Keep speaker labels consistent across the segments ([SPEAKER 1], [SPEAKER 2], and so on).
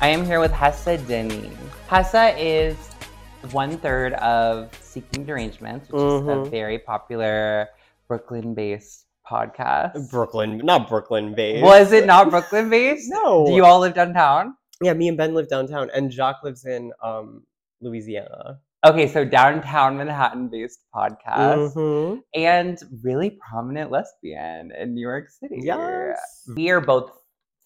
[SPEAKER 1] I am here with Hessa Denny. Hessa is one third of Seeking Derangements, which is a
[SPEAKER 2] Mhm.
[SPEAKER 1] very popular Brooklyn based podcast.
[SPEAKER 2] Brooklyn, not Brooklyn based.
[SPEAKER 1] Was it not Brooklyn based?
[SPEAKER 2] No.
[SPEAKER 1] Do you all live downtown?
[SPEAKER 2] yeah, me and Ben live downtown, and Jacques lives in um, Louisiana.
[SPEAKER 1] Okay, so downtown Manhattan based podcast
[SPEAKER 2] Mhm.
[SPEAKER 1] and really prominent lesbian in New York City.
[SPEAKER 2] Yes.
[SPEAKER 1] We are both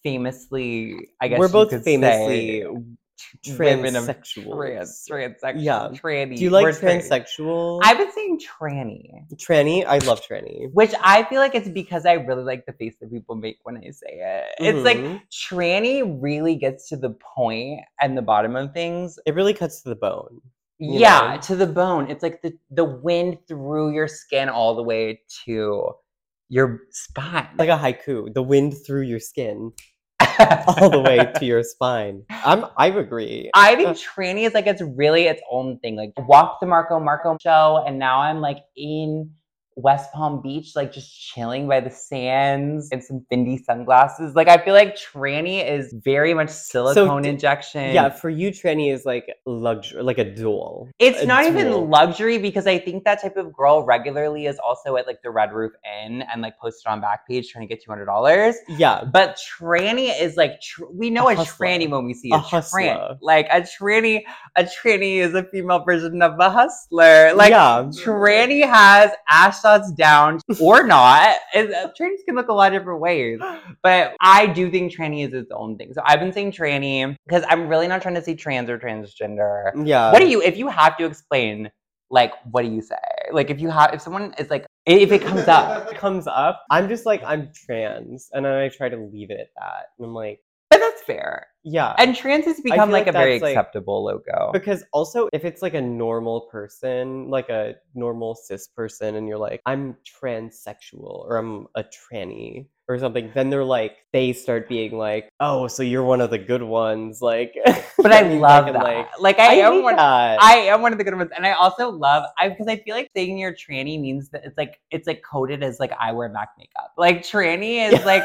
[SPEAKER 1] famously, I guess
[SPEAKER 2] We're
[SPEAKER 1] you
[SPEAKER 2] both
[SPEAKER 1] could
[SPEAKER 2] famously
[SPEAKER 1] say, women of
[SPEAKER 2] transsexual.
[SPEAKER 1] trans, transsexual,
[SPEAKER 2] Yeah.
[SPEAKER 1] tranny.
[SPEAKER 2] Do you like
[SPEAKER 1] We're tranny.
[SPEAKER 2] transsexual?
[SPEAKER 1] I've been saying tranny,
[SPEAKER 2] tranny. I love tranny.
[SPEAKER 1] which I feel like it's because I really like the face that people make when I say it. It's like
[SPEAKER 2] Mhm.
[SPEAKER 1] tranny really gets to the point and the bottom of things.
[SPEAKER 2] it really cuts to the bone. you
[SPEAKER 1] Yeah,
[SPEAKER 2] know?
[SPEAKER 1] to the bone. It's like the the wind through your skin all the way to your spine.
[SPEAKER 2] Like a haiku, the wind through your skin, all the way to your spine. I'm. I agree.
[SPEAKER 1] I think tranny is like it's really its own thing. Like walk the Marco Marco show, and now I'm like in West Palm Beach, like just chilling by the sands and some Fendi sunglasses. Like I feel like tranny is very much silicone
[SPEAKER 2] d-
[SPEAKER 1] injection.
[SPEAKER 2] yeah, for you, tranny is like luxury, like a doll.
[SPEAKER 1] It's
[SPEAKER 2] a
[SPEAKER 1] not even
[SPEAKER 2] dual.
[SPEAKER 1] luxury because I think that type of girl regularly is also at like the Red Roof Inn and like posted on Backpage trying to get two hundred dollars.
[SPEAKER 2] Yeah,
[SPEAKER 1] But tranny is like tr- we know
[SPEAKER 2] A
[SPEAKER 1] a,
[SPEAKER 2] hustler.
[SPEAKER 1] tranny when we see a,
[SPEAKER 2] A
[SPEAKER 1] tranny.
[SPEAKER 2] hustler.
[SPEAKER 1] Like a tranny, a tranny is a female version of a hustler. Like
[SPEAKER 2] yeah.
[SPEAKER 1] tranny has ass shots down or not. It's, uh, trannies can look a lot of different ways, but I do think tranny is its own thing. So I've been saying tranny because I'm really not trying to say trans or transgender.
[SPEAKER 2] Yeah.
[SPEAKER 1] what do you? If you have to explain, like, what do you say? Like, if you have, if someone is like, if it comes up.
[SPEAKER 2] It comes up. I'm just like I'm trans, and then I try to leave it at that. And I'm like,
[SPEAKER 1] But that's fair.
[SPEAKER 2] yeah.
[SPEAKER 1] And trans has become
[SPEAKER 2] feel
[SPEAKER 1] like,
[SPEAKER 2] like
[SPEAKER 1] a very
[SPEAKER 2] that's, like-
[SPEAKER 1] acceptable logo.
[SPEAKER 2] because also, if it's like a normal person, like a normal cis person, and you're like, I'm transsexual or I'm a tranny or something, then they're like, they start being like, oh, so you're one of the good ones. Like,
[SPEAKER 1] But I
[SPEAKER 2] then you
[SPEAKER 1] love
[SPEAKER 2] fucking,
[SPEAKER 1] that. Like,
[SPEAKER 2] Like,
[SPEAKER 1] I,
[SPEAKER 2] I,
[SPEAKER 1] am
[SPEAKER 2] hate
[SPEAKER 1] one.
[SPEAKER 2] that.
[SPEAKER 1] I am one of the good ones, and I also love I because I feel like saying you're tranny means that it's like it's like coded as like I wear Mac makeup. Like tranny is like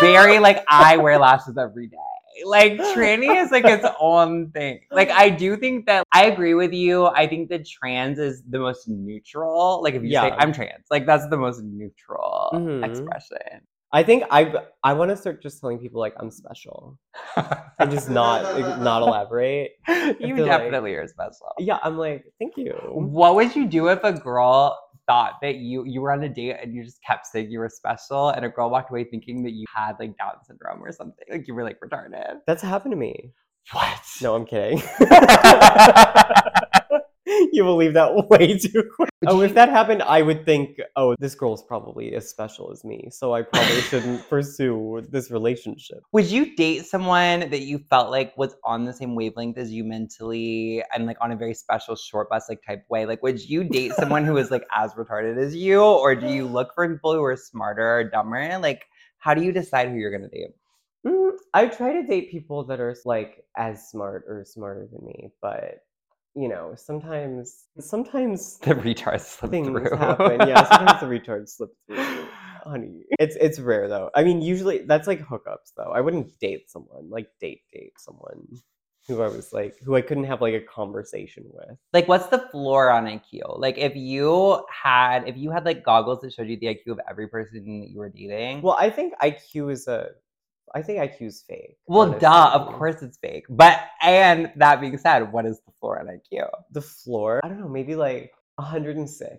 [SPEAKER 1] very like I wear lashes every day. Like tranny is like its own thing. Like I do think that I agree with you. I think that trans is the most neutral. Like if you say
[SPEAKER 2] Yeah.
[SPEAKER 1] I'm trans, like that's the most neutral
[SPEAKER 2] Mhm.
[SPEAKER 1] expression.
[SPEAKER 2] I think I I want to start just telling people like I'm special and just not not elaborate.
[SPEAKER 1] you
[SPEAKER 2] feel like-
[SPEAKER 1] definitely are special.
[SPEAKER 2] Yeah, I'm like, thank you.
[SPEAKER 1] What would you do if a girl thought that you you were on a date and you just kept saying you were special, and a girl walked away thinking that you had like Down syndrome or something, like you were like retarded?
[SPEAKER 2] That's happened to me.
[SPEAKER 1] What?
[SPEAKER 2] No, I'm kidding. you believe that way too quick. Oh, if that happened, I would think, oh, this girl's probably as special as me, so I probably shouldn't pursue this relationship.
[SPEAKER 1] Would you date someone that you felt like was on the same wavelength as you mentally and like on a very special short bus like type way? Like, would you date someone who is like as retarded as you, or do you look for people who are smarter or dumber? Like, how do you decide who you're gonna date?
[SPEAKER 2] Mm, I try to date people that are like as smart or smarter than me, but you know, sometimes, sometimes
[SPEAKER 1] The retards slip
[SPEAKER 2] things
[SPEAKER 1] through.
[SPEAKER 2] happen. Yeah, sometimes the retards slip through. Honey, it's it's rare though. I mean, usually that's like hookups though. I wouldn't date someone like date date someone who I was like who I couldn't have like a conversation with.
[SPEAKER 1] like what's the floor on IQ? Like if you had if you had like goggles that showed you the IQ of every person that you were dating.
[SPEAKER 2] Well, I think IQ is a, I think IQ's fake.
[SPEAKER 1] well duh, of
[SPEAKER 2] honestly.
[SPEAKER 1] course it's fake. But and that being said, what is the floor on IQ?
[SPEAKER 2] The floor. I don't know. Maybe like 106.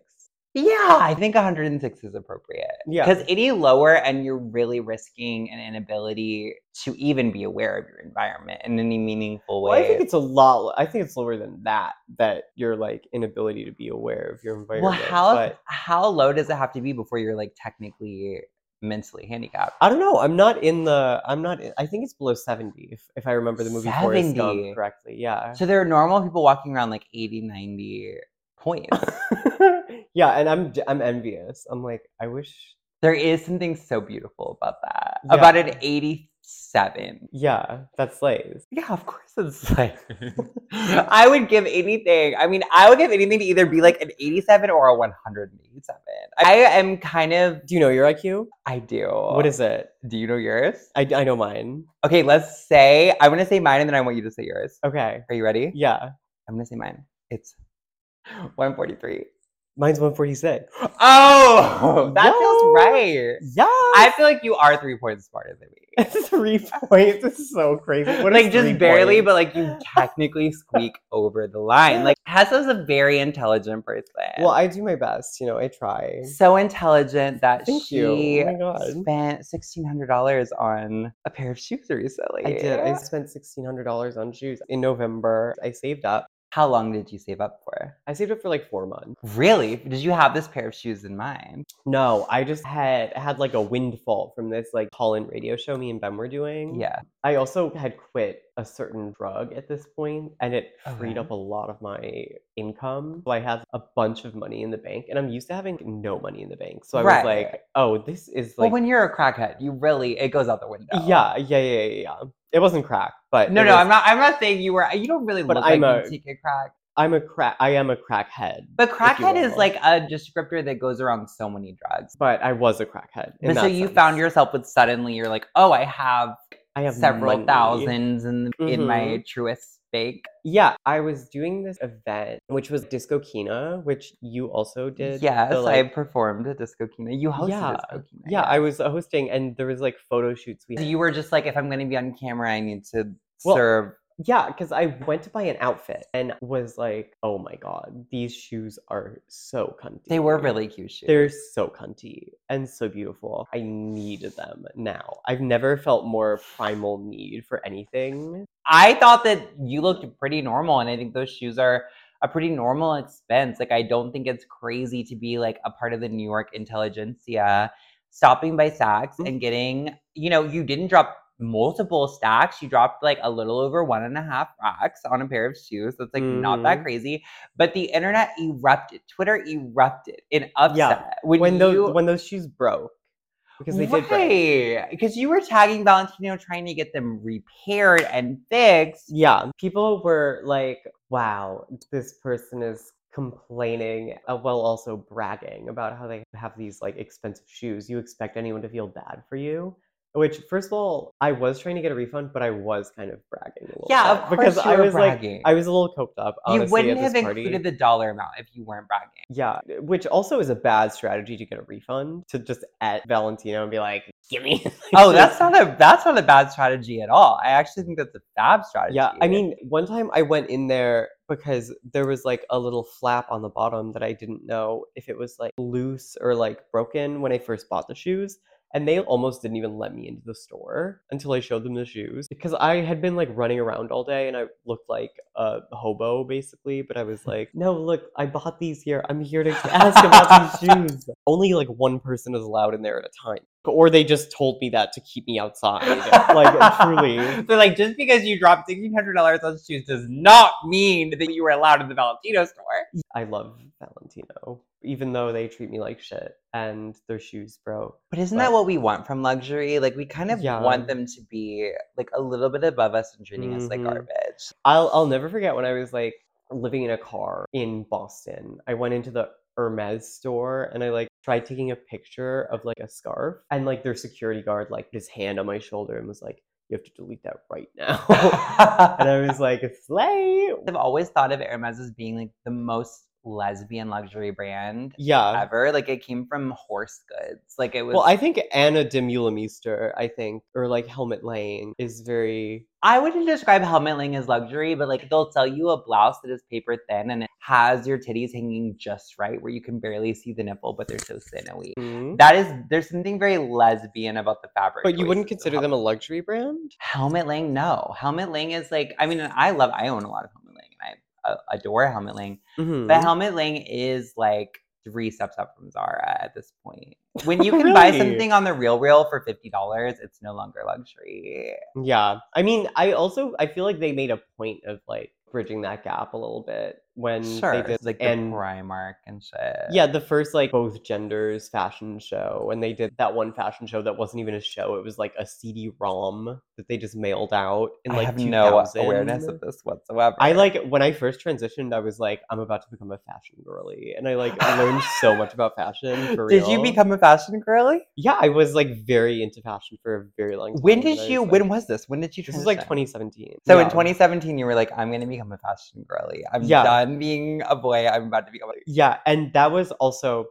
[SPEAKER 1] Yeah, I think 106 is appropriate.
[SPEAKER 2] Yeah.
[SPEAKER 1] Because any lower and you're really risking an inability to even be aware of your environment in any meaningful way.
[SPEAKER 2] Well, I think it's a lot. lo- I think it's lower than that. That your like inability to be aware of your
[SPEAKER 1] well,
[SPEAKER 2] environment.
[SPEAKER 1] how
[SPEAKER 2] but-
[SPEAKER 1] how low does it have to be before you're like technically mentally handicapped?
[SPEAKER 2] I don't know. I'm not in the. I'm not. in- I think it's below seventy. If, if I remember the movie Forrest
[SPEAKER 1] 70.
[SPEAKER 2] Gump correctly, yeah.
[SPEAKER 1] So there are normal people walking around like 80, 90 points.
[SPEAKER 2] yeah, and I'm j- I'm envious. I'm like, I wish.
[SPEAKER 1] there is something so beautiful about that. About an
[SPEAKER 2] Yeah.
[SPEAKER 1] 80 seven.
[SPEAKER 2] Yeah, that's slays.
[SPEAKER 1] Yeah, of course it's like I would give anything. I mean, I would give anything to either be like an 87 or a 187. I am kind of
[SPEAKER 2] Do you know your IQ?
[SPEAKER 1] I do.
[SPEAKER 2] What is it?
[SPEAKER 1] do you know yours?
[SPEAKER 2] I, I know mine.
[SPEAKER 1] Okay, let's say I'm gonna say mine and then I want you to say yours.
[SPEAKER 2] Okay.
[SPEAKER 1] Are you ready?
[SPEAKER 2] Yeah.
[SPEAKER 1] I'm gonna say mine. It's 143.
[SPEAKER 2] Mine's 146.
[SPEAKER 1] Oh, that
[SPEAKER 2] Yo.
[SPEAKER 1] feels right.
[SPEAKER 2] Yeah.
[SPEAKER 1] I feel like you are three points smarter than me.
[SPEAKER 2] three points. This is so crazy. What is
[SPEAKER 1] like just
[SPEAKER 2] three
[SPEAKER 1] barely,
[SPEAKER 2] points?
[SPEAKER 1] but like you technically squeak over the line. Like Hesa's a very intelligent person.
[SPEAKER 2] Well, I do my best. You know, I try.
[SPEAKER 1] so intelligent that
[SPEAKER 2] Thank
[SPEAKER 1] she
[SPEAKER 2] you. Oh my God.
[SPEAKER 1] spent sixteen hundred dollars on a pair of shoes recently.
[SPEAKER 2] I did. I spent $1,600 on shoes in November. I saved up.
[SPEAKER 1] How long did you save up for?
[SPEAKER 2] I saved up for like four months.
[SPEAKER 1] Really? Did you have this pair of shoes in mind?
[SPEAKER 2] No, I just had had like a windfall from this like call in radio show me and Ben were doing.
[SPEAKER 1] Yeah.
[SPEAKER 2] I also had quit a certain drug at this point, and it freed
[SPEAKER 1] Okay.
[SPEAKER 2] up a lot of my income. So I have a bunch of money in the bank, and I'm used to having no money in the bank. So I
[SPEAKER 1] Right.
[SPEAKER 2] was like, "Oh, this is
[SPEAKER 1] well,
[SPEAKER 2] like,
[SPEAKER 1] when you're a crackhead, you really it goes out the window.
[SPEAKER 2] yeah, yeah, yeah, yeah, yeah." It wasn't crack, but
[SPEAKER 1] No,
[SPEAKER 2] it
[SPEAKER 1] no,
[SPEAKER 2] was-
[SPEAKER 1] I'm not. I'm not saying you were. You don't really
[SPEAKER 2] But
[SPEAKER 1] look
[SPEAKER 2] I'm
[SPEAKER 1] like
[SPEAKER 2] a-
[SPEAKER 1] you take a crack.
[SPEAKER 2] I'm a crack. I am a crackhead,
[SPEAKER 1] But
[SPEAKER 2] you
[SPEAKER 1] crackhead is
[SPEAKER 2] will.
[SPEAKER 1] like a descriptor that goes around so many drugs.
[SPEAKER 2] but I was a crackhead. in
[SPEAKER 1] But so
[SPEAKER 2] that
[SPEAKER 1] you found
[SPEAKER 2] sense.
[SPEAKER 1] yourself with suddenly you're like, oh, I have,
[SPEAKER 2] I have
[SPEAKER 1] several
[SPEAKER 2] money.
[SPEAKER 1] thousands in, in my
[SPEAKER 2] Mhm.
[SPEAKER 1] truest bank.
[SPEAKER 2] Yeah, I was doing this event, which was Disco Kina, which you also did. the,
[SPEAKER 1] yes, I
[SPEAKER 2] like-
[SPEAKER 1] performed at Disco Kina. You hosted
[SPEAKER 2] Yeah,
[SPEAKER 1] Disco Kina.
[SPEAKER 2] yeah, I was hosting, and there was like photo shoots. We
[SPEAKER 1] So you were just like, if I'm going to be on camera, I need to
[SPEAKER 2] Well,
[SPEAKER 1] serve.
[SPEAKER 2] Yeah, because I went to buy an outfit and was like, oh my god, these shoes are so cunty.
[SPEAKER 1] They were really cute shoes.
[SPEAKER 2] They're so cunty and so beautiful. I needed them now. I've never felt more primal need for anything.
[SPEAKER 1] I thought that you looked pretty normal, and I think those shoes are a pretty normal expense. Like, I don't think it's crazy to be like a part of the New York intelligentsia, stopping by Saks
[SPEAKER 2] Mm-hmm.
[SPEAKER 1] and getting, you know, you didn't drop multiple stacks. You dropped like a little over one and a half racks on a pair of shoes. That's like not that
[SPEAKER 2] Mhm.
[SPEAKER 1] crazy. But the internet erupted, Twitter erupted in upset
[SPEAKER 2] When, those
[SPEAKER 1] you-
[SPEAKER 2] when those shoes broke. Because they did break.
[SPEAKER 1] right. Because you were tagging Valentino trying to get them repaired and fixed.
[SPEAKER 2] Yeah. People were like, wow, this person is complaining uh, while also bragging about how they have these like expensive shoes. You expect anyone to feel bad for you? Which, first of all, I was trying to get a refund, but I was kind of bragging a little
[SPEAKER 1] Yeah, of
[SPEAKER 2] bit
[SPEAKER 1] course
[SPEAKER 2] because
[SPEAKER 1] you
[SPEAKER 2] I
[SPEAKER 1] were
[SPEAKER 2] was
[SPEAKER 1] bragging.
[SPEAKER 2] like, I was a little coked up. Honestly,
[SPEAKER 1] you wouldn't
[SPEAKER 2] at
[SPEAKER 1] have
[SPEAKER 2] this party.
[SPEAKER 1] included the dollar amount if you weren't bragging.
[SPEAKER 2] Yeah, which also is a bad strategy to get a refund to just at Valentino and be like, give me. these
[SPEAKER 1] Oh,
[SPEAKER 2] shoes."
[SPEAKER 1] that's not a that's not a bad strategy at all. I actually think that's a fab strategy.
[SPEAKER 2] Yeah, I mean, one time I went in there because there was like a little flap on the bottom that I didn't know if it was like loose or like broken when I first bought the shoes. And they almost didn't even let me into the store until I showed them the shoes because I had been like running around all day and I looked like a hobo basically. But I was like, no, look, I bought these here. I'm here to ask about these shoes. Only like one person is allowed in there at a time. Or they just told me that to keep me outside. Like, truly.
[SPEAKER 1] they're like just because you dropped sixteen hundred dollars on shoes does not mean that you were allowed in the Valentino store.
[SPEAKER 2] I love Valentino, even though they treat me like shit and their shoes broke.
[SPEAKER 1] But isn't
[SPEAKER 2] But-
[SPEAKER 1] that what we want from luxury? Like we kind of
[SPEAKER 2] Yeah.
[SPEAKER 1] want them to be like a little bit above us and treating us like
[SPEAKER 2] Mhm.
[SPEAKER 1] garbage.
[SPEAKER 2] I'll I'll never forget when I was like living in a car in Boston. I went into the Hermes store and I like tried taking a picture of like a scarf and like their security guard like put his hand on my shoulder and was like, "You have to delete that right now." and I was like, "Slay."
[SPEAKER 1] I've always thought of Hermes as being like the most lesbian luxury brand
[SPEAKER 2] Yeah.
[SPEAKER 1] ever. Like it came from horse goods. Like it was.
[SPEAKER 2] Well, I think Anna de Mulemeester, I think, or like Helmet Lane is very
[SPEAKER 1] I wouldn't describe helmet ling as luxury, but like they'll sell you a blouse that is paper thin and it has your titties hanging just right where you can barely see the nipple, but they're so sinewy.
[SPEAKER 2] Mm.
[SPEAKER 1] That is, there's something very lesbian about the fabric.
[SPEAKER 2] But you wouldn't
[SPEAKER 1] choices of
[SPEAKER 2] consider them a luxry brand?
[SPEAKER 1] Helmet Lang, no. Helmet Lang is like, I mean, I love, I own a lot of Helmet Lang and I uh, adore Helmet Lang.
[SPEAKER 2] Mm-hmm.
[SPEAKER 1] But Helmet Lang is like three steps up from Zara at this point. When you can buy
[SPEAKER 2] Really?
[SPEAKER 1] something on the Real Real for $50, it's no longer luxury.
[SPEAKER 2] Yeah. I mean, I also I feel like they made a point of like bridging that gap a little bit when
[SPEAKER 1] sure.
[SPEAKER 2] they did
[SPEAKER 1] like
[SPEAKER 2] and
[SPEAKER 1] the Primark and shit.
[SPEAKER 2] yeah, the first like both genders fashion show, and they did that one fashion show that wasn't even a show; it was like a CD-ROM that they just mailed out in
[SPEAKER 1] I
[SPEAKER 2] like
[SPEAKER 1] have
[SPEAKER 2] 2000.
[SPEAKER 1] no awareness of this whatsoever.
[SPEAKER 2] I like when I first transitioned, I was like, I'm about to become a fashion girly, and I like learned so much about fashion. For
[SPEAKER 1] Did you
[SPEAKER 2] real.
[SPEAKER 1] become a fashion girly?
[SPEAKER 2] Yeah, I was like very into fashion for a very long time.
[SPEAKER 1] When
[SPEAKER 2] and
[SPEAKER 1] did
[SPEAKER 2] I
[SPEAKER 1] you?
[SPEAKER 2] was,
[SPEAKER 1] when
[SPEAKER 2] like-
[SPEAKER 1] was this? When did you?
[SPEAKER 2] This is like
[SPEAKER 1] transition?
[SPEAKER 2] 2017.
[SPEAKER 1] So in
[SPEAKER 2] Yeah.
[SPEAKER 1] 2017, you were like, I'm gonna become a fashion girly. I'm
[SPEAKER 2] Yeah.
[SPEAKER 1] done being a boy. I'm about to become a
[SPEAKER 2] yeah and that was also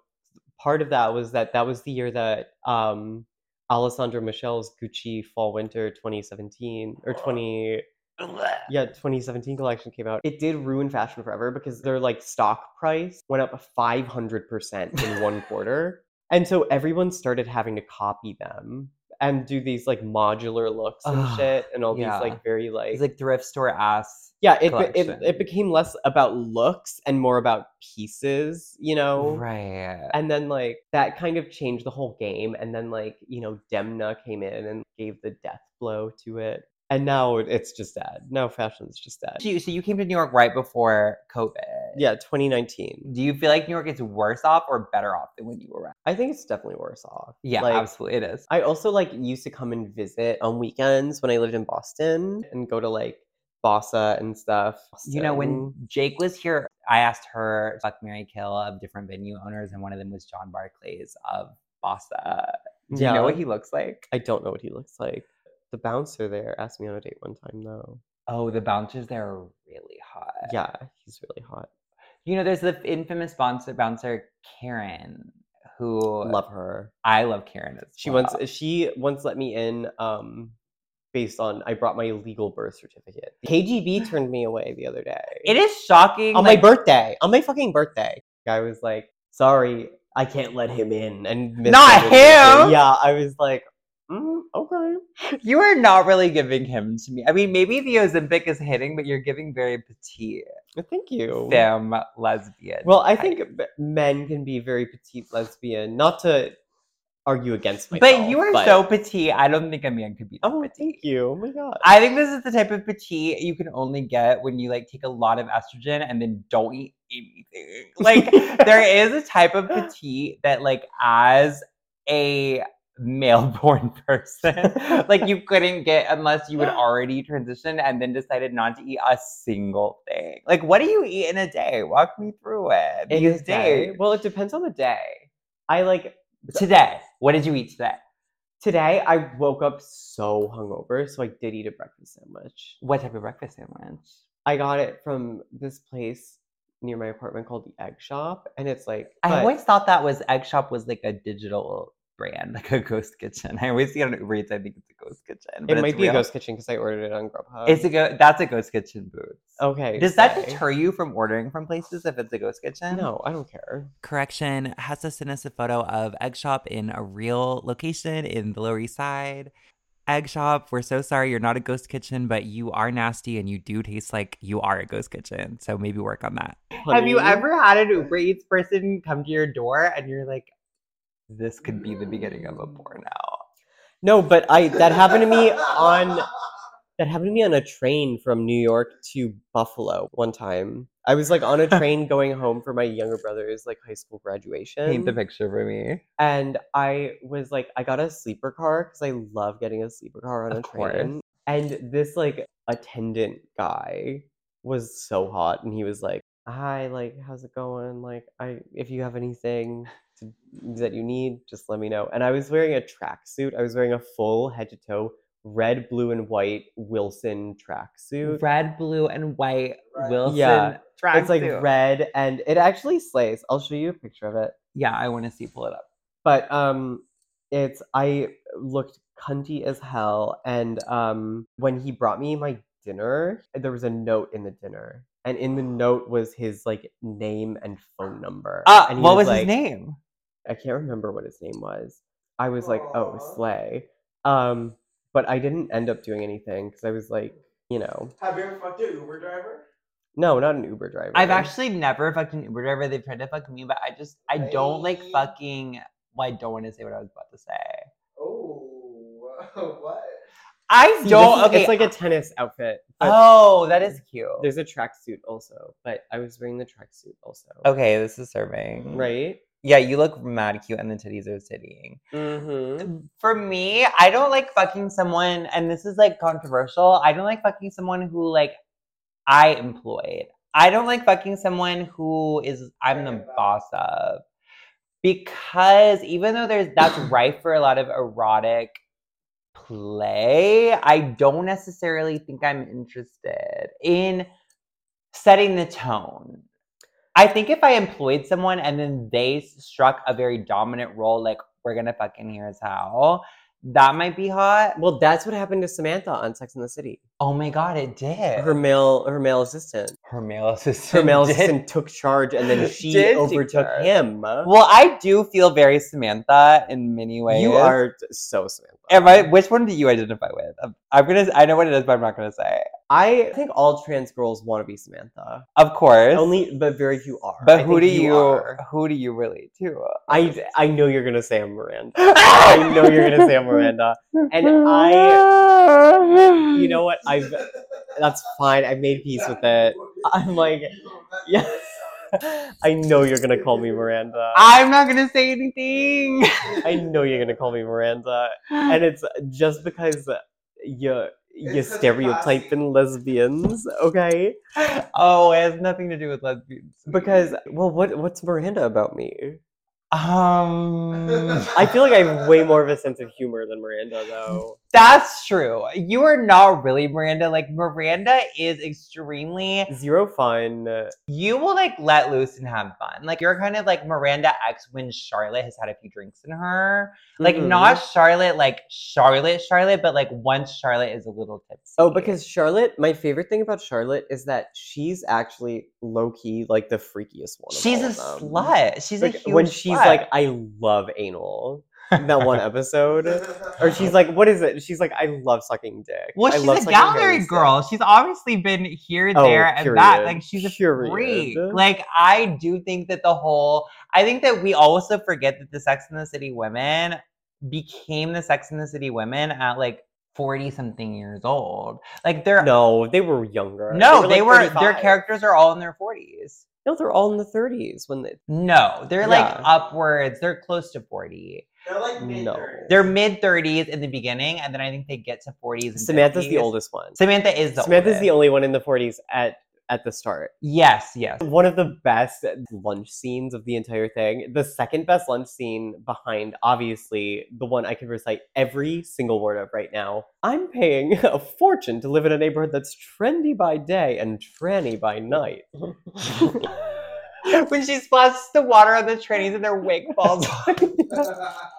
[SPEAKER 2] part of that was that that was the year that um alessandra michelle's gucci fall winter 2017 or 20 yeah 2017 collection came out it did ruin fashion forever because their like stock price went up 500% in one quarter and so everyone started having to copy them and do these like modular looks and
[SPEAKER 1] Ugh,
[SPEAKER 2] shit and all
[SPEAKER 1] yeah.
[SPEAKER 2] these like very
[SPEAKER 1] It's like thrift store ass.
[SPEAKER 2] yeah it, be- it
[SPEAKER 1] collection.
[SPEAKER 2] it became less about looks and more about pieces you know
[SPEAKER 1] Right.
[SPEAKER 2] and then like that kind of changed the whole game and then like you know demna came in and gave the death blow to it and now it- it's just dead now fashion's just dead
[SPEAKER 1] So you, so you came to New York right before COVID.
[SPEAKER 2] yeah 2019
[SPEAKER 1] Do you feel like New York is worse off or better off than when you were? around?
[SPEAKER 2] i think it's definitely worse off
[SPEAKER 1] Yeah,
[SPEAKER 2] like,
[SPEAKER 1] absolutely, it is.
[SPEAKER 2] i also like used to come and visit on weekends when i lived in boston and go to like bossa and stuff
[SPEAKER 1] You know, when
[SPEAKER 2] Boston.
[SPEAKER 1] Jake was here, I asked her fuck Mary Kill of different venue owners, and one of them was John Barclays of Bossa. Do you know what
[SPEAKER 2] Yeah.
[SPEAKER 1] he looks like?
[SPEAKER 2] I don't know what he looks like. The bouncer there asked me on a date one time though.
[SPEAKER 1] Oh, the bouncers there are really hot.
[SPEAKER 2] Yeah, he's really hot.
[SPEAKER 1] You know, there's the infamous bouncer, bouncer Karen, who
[SPEAKER 2] Love her.
[SPEAKER 1] I love Karen. As
[SPEAKER 2] She
[SPEAKER 1] well.
[SPEAKER 2] once she once let me in um based on I brought my legal birth certificate. KGB turned me away the other day.
[SPEAKER 1] It is shocking.
[SPEAKER 2] on
[SPEAKER 1] like,
[SPEAKER 2] Oh my birthday. On my fucking birthday. I was like, sorry, I can't let him in and missed
[SPEAKER 1] Not
[SPEAKER 2] the window.
[SPEAKER 1] him!
[SPEAKER 2] Yeah, I was like, mm, okay.
[SPEAKER 1] you are not really giving him to me. I mean, maybe the Ozempic is hitting, but you're giving very petite
[SPEAKER 2] Thank you.
[SPEAKER 1] femme lesbian.
[SPEAKER 2] Oh. Well, I
[SPEAKER 1] type.
[SPEAKER 2] think b- men can be very petite lesbian. Not to argue against myself,
[SPEAKER 1] but you are so petite. I don't think a man could be. that
[SPEAKER 2] Oh,
[SPEAKER 1] petite.
[SPEAKER 2] thank you. Oh my god.
[SPEAKER 1] I think this is the type of petite you can only get when you like take a lot of estrogen and then don't eat anything. Like there is a type of petite that like as a male born person like you couldn't get unless you had already transitioned and then decided not to eat a single thing like what do you eat in a day walk me through it
[SPEAKER 2] In
[SPEAKER 1] these
[SPEAKER 2] a day-
[SPEAKER 1] days
[SPEAKER 2] Well, it depends on the day. I like
[SPEAKER 1] today what did you eat today
[SPEAKER 2] today. I woke up so hungover, so I did eat a breakfast sandwich.
[SPEAKER 1] what type of breakfast sandwich
[SPEAKER 2] I got it from this place near my apartment called the Egg Shop, and it's like
[SPEAKER 1] I
[SPEAKER 2] but-
[SPEAKER 1] always thought that was Egg Shop was like a digital brand, like a ghost kitchen. I always see on Uber Eats, I think it's a ghost kitchen. But
[SPEAKER 2] It might
[SPEAKER 1] it's
[SPEAKER 2] be a
[SPEAKER 1] real.
[SPEAKER 2] ghost kitchen because I ordered it on Grubhub.
[SPEAKER 1] It's a go- that's a ghost kitchen booth.
[SPEAKER 2] okay.
[SPEAKER 1] Does that
[SPEAKER 2] say.
[SPEAKER 1] deter you from ordering from places if it's a ghost kitchen?
[SPEAKER 2] No, I don't care.
[SPEAKER 1] Correction, Hessa sent us a photo of Egg Shop in a real location in the Lower East Side. Egg Shop, we're so sorry you're not a ghost kitchen, but you are nasty and you do taste like you are a ghost kitchen. So maybe work on that. Have you
[SPEAKER 2] Honey.
[SPEAKER 1] ever had an Uber Eats person come to your door and you're like, this could be the beginning of a porno?
[SPEAKER 2] No, but I that happened to me on that happened to me on a train from New York to Buffalo one time. I was like on a train going home for my younger brother's like high school graduation.
[SPEAKER 1] Paint the picture for me.
[SPEAKER 2] And I was like, I got a sleeper car because I love getting a sleeper car on
[SPEAKER 1] Of
[SPEAKER 2] a
[SPEAKER 1] course.
[SPEAKER 2] train. And this like attendant guy was so hot, and he was like, "Hi, like, how's it going? Like, I if you have anything to, that you need, just let me know." And I was wearing a tracksuit. I was wearing a full head to toe red, blue, and white Wilson tracksuit.
[SPEAKER 1] Red, blue, and white Wilson.
[SPEAKER 2] Yeah,
[SPEAKER 1] tracksuit.
[SPEAKER 2] It's like red, and it actually slays. I'll show you a picture of it.
[SPEAKER 1] Yeah, I want to see. Pull it up.
[SPEAKER 2] but um it's i looked cunty as hell and um when he brought me my dinner there was a note in the dinner and in the note was his like name and phone number
[SPEAKER 1] Uh,
[SPEAKER 2] and he
[SPEAKER 1] what was his
[SPEAKER 2] like-
[SPEAKER 1] name?
[SPEAKER 2] i can't remember what his name was i was like oh slay um but i didn't end up doing anything because i was like you know
[SPEAKER 3] Have you ever fucked an Uber driver?
[SPEAKER 2] no not an uber driver
[SPEAKER 1] I've actually never fucked an Uber driver. They've tried to fuck me, but I just, I don't like
[SPEAKER 3] Right.
[SPEAKER 1] fucking. Well, I don't want to say what I was about to say.
[SPEAKER 3] Oh, what?
[SPEAKER 1] I
[SPEAKER 2] See,
[SPEAKER 1] don't.
[SPEAKER 2] this is-
[SPEAKER 1] okay. uh,
[SPEAKER 2] It's like a tennis outfit. but
[SPEAKER 1] oh, that is cute.
[SPEAKER 2] There's a tracksuit also, but I was wearing the tracksuit also.
[SPEAKER 1] Okay, this is serving.
[SPEAKER 2] Right?
[SPEAKER 1] Yeah, you look mad cute, and the titties are sitting.
[SPEAKER 2] Mm-hmm.
[SPEAKER 1] For me, I don't like fucking someone, and this is like controversial. I don't like fucking someone who like I employed. I don't like fucking someone who is I'm the boss of. Because even though there's that's rife for a lot of erotic play, I don't necessarily think I'm interested in setting the tone. I think if I employed someone and then they struck a very dominant role, like we're gonna fucking here's how, that might be hot.
[SPEAKER 2] Well, that's what happened to Samantha on Sex in the City.
[SPEAKER 1] Oh my god, it did.
[SPEAKER 2] Her male her male assistant.
[SPEAKER 1] her male assistant.
[SPEAKER 2] Her male
[SPEAKER 1] did-
[SPEAKER 2] assistant took charge and then she
[SPEAKER 1] Did take
[SPEAKER 2] overtook
[SPEAKER 1] charge.
[SPEAKER 2] him.
[SPEAKER 1] Well, I do feel very Samantha in many ways.
[SPEAKER 2] you are t- so Samantha.
[SPEAKER 1] Am I? Which one do you identify with? I'm, I'm gonna. I know what it is, but I'm not gonna say.
[SPEAKER 2] I think all trans girls want to be Samantha.
[SPEAKER 1] Of course.
[SPEAKER 2] Only, but very few are.
[SPEAKER 1] But
[SPEAKER 2] I
[SPEAKER 1] who
[SPEAKER 2] think
[SPEAKER 1] do you?
[SPEAKER 2] are.
[SPEAKER 1] who do you relate to?
[SPEAKER 2] I I know you're gonna say I'm Miranda. I know you're gonna say I'm Miranda. And
[SPEAKER 1] I.
[SPEAKER 2] You know what? I've that's fine. I made peace with it. I'm like, yeah. I know you're gonna call me Miranda.
[SPEAKER 1] I'm not gonna say anything.
[SPEAKER 2] I know you're gonna call me Miranda, and it's just because you you
[SPEAKER 3] It's 'cause
[SPEAKER 2] stereotyping lesbians, okay?
[SPEAKER 1] oh, it has nothing to do with lesbians.
[SPEAKER 2] Because well, what what's Miranda about me?
[SPEAKER 1] um.
[SPEAKER 2] I feel like I have way more of a sense of humor than Miranda, though.
[SPEAKER 1] That's true. You are not really Miranda. Like Miranda is extremely
[SPEAKER 2] Zero fun.
[SPEAKER 1] you will like let loose and have fun. Like you're kind of like Miranda X when Charlotte has had a few drinks in her. Like
[SPEAKER 2] Mhm.
[SPEAKER 1] not Charlotte like Charlotte Charlotte, but like once Charlotte is a little tipsy.
[SPEAKER 2] Oh, because Charlotte, my favorite thing about Charlotte is that she's actually low key like the freakiest one. Of
[SPEAKER 1] she's
[SPEAKER 2] all
[SPEAKER 1] a
[SPEAKER 2] of them.
[SPEAKER 1] slut. She's
[SPEAKER 2] Like,
[SPEAKER 1] a huge
[SPEAKER 2] when she's
[SPEAKER 1] slut.
[SPEAKER 2] like, I love anal. in That one episode, or she's like, what is it? She's like, I love sucking dick.
[SPEAKER 1] well,
[SPEAKER 2] I
[SPEAKER 1] she's
[SPEAKER 2] love
[SPEAKER 1] a
[SPEAKER 2] sucking
[SPEAKER 1] gallery
[SPEAKER 2] Harry's dick."
[SPEAKER 1] girl. She's obviously been here,
[SPEAKER 2] Oh,
[SPEAKER 1] there, and that.
[SPEAKER 2] period.
[SPEAKER 1] Like she's a
[SPEAKER 2] Period.
[SPEAKER 1] freak. Like I do think that the whole. I think that we also forget that the Sex and the City women became the Sex and the City women at like forty something years old. Like they're
[SPEAKER 2] No, they were younger.
[SPEAKER 1] no, they were,
[SPEAKER 2] like,
[SPEAKER 1] their
[SPEAKER 2] 35.
[SPEAKER 1] characters are all in their forties.
[SPEAKER 2] No, they're all in the thirties when they.
[SPEAKER 1] No, they're like
[SPEAKER 2] Yeah.
[SPEAKER 1] upwards. They're close to forty.
[SPEAKER 3] They're like mid
[SPEAKER 2] No.
[SPEAKER 1] They're mid thirties in the beginning, and then I think they get to forties.
[SPEAKER 2] Samantha's the oldest one.
[SPEAKER 1] Samantha is the
[SPEAKER 2] Samantha's
[SPEAKER 1] oldest.
[SPEAKER 2] the only one in the forties at at the start.
[SPEAKER 1] yes, yes.
[SPEAKER 2] One of the best lunch scenes of the entire thing. The second best lunch scene behind, obviously, the one I could recite every single word of right now. I'm paying a fortune to live in a neighborhood that's trendy by day and tranny by night.
[SPEAKER 1] when she splashes the water on the trainees and their wig falls off.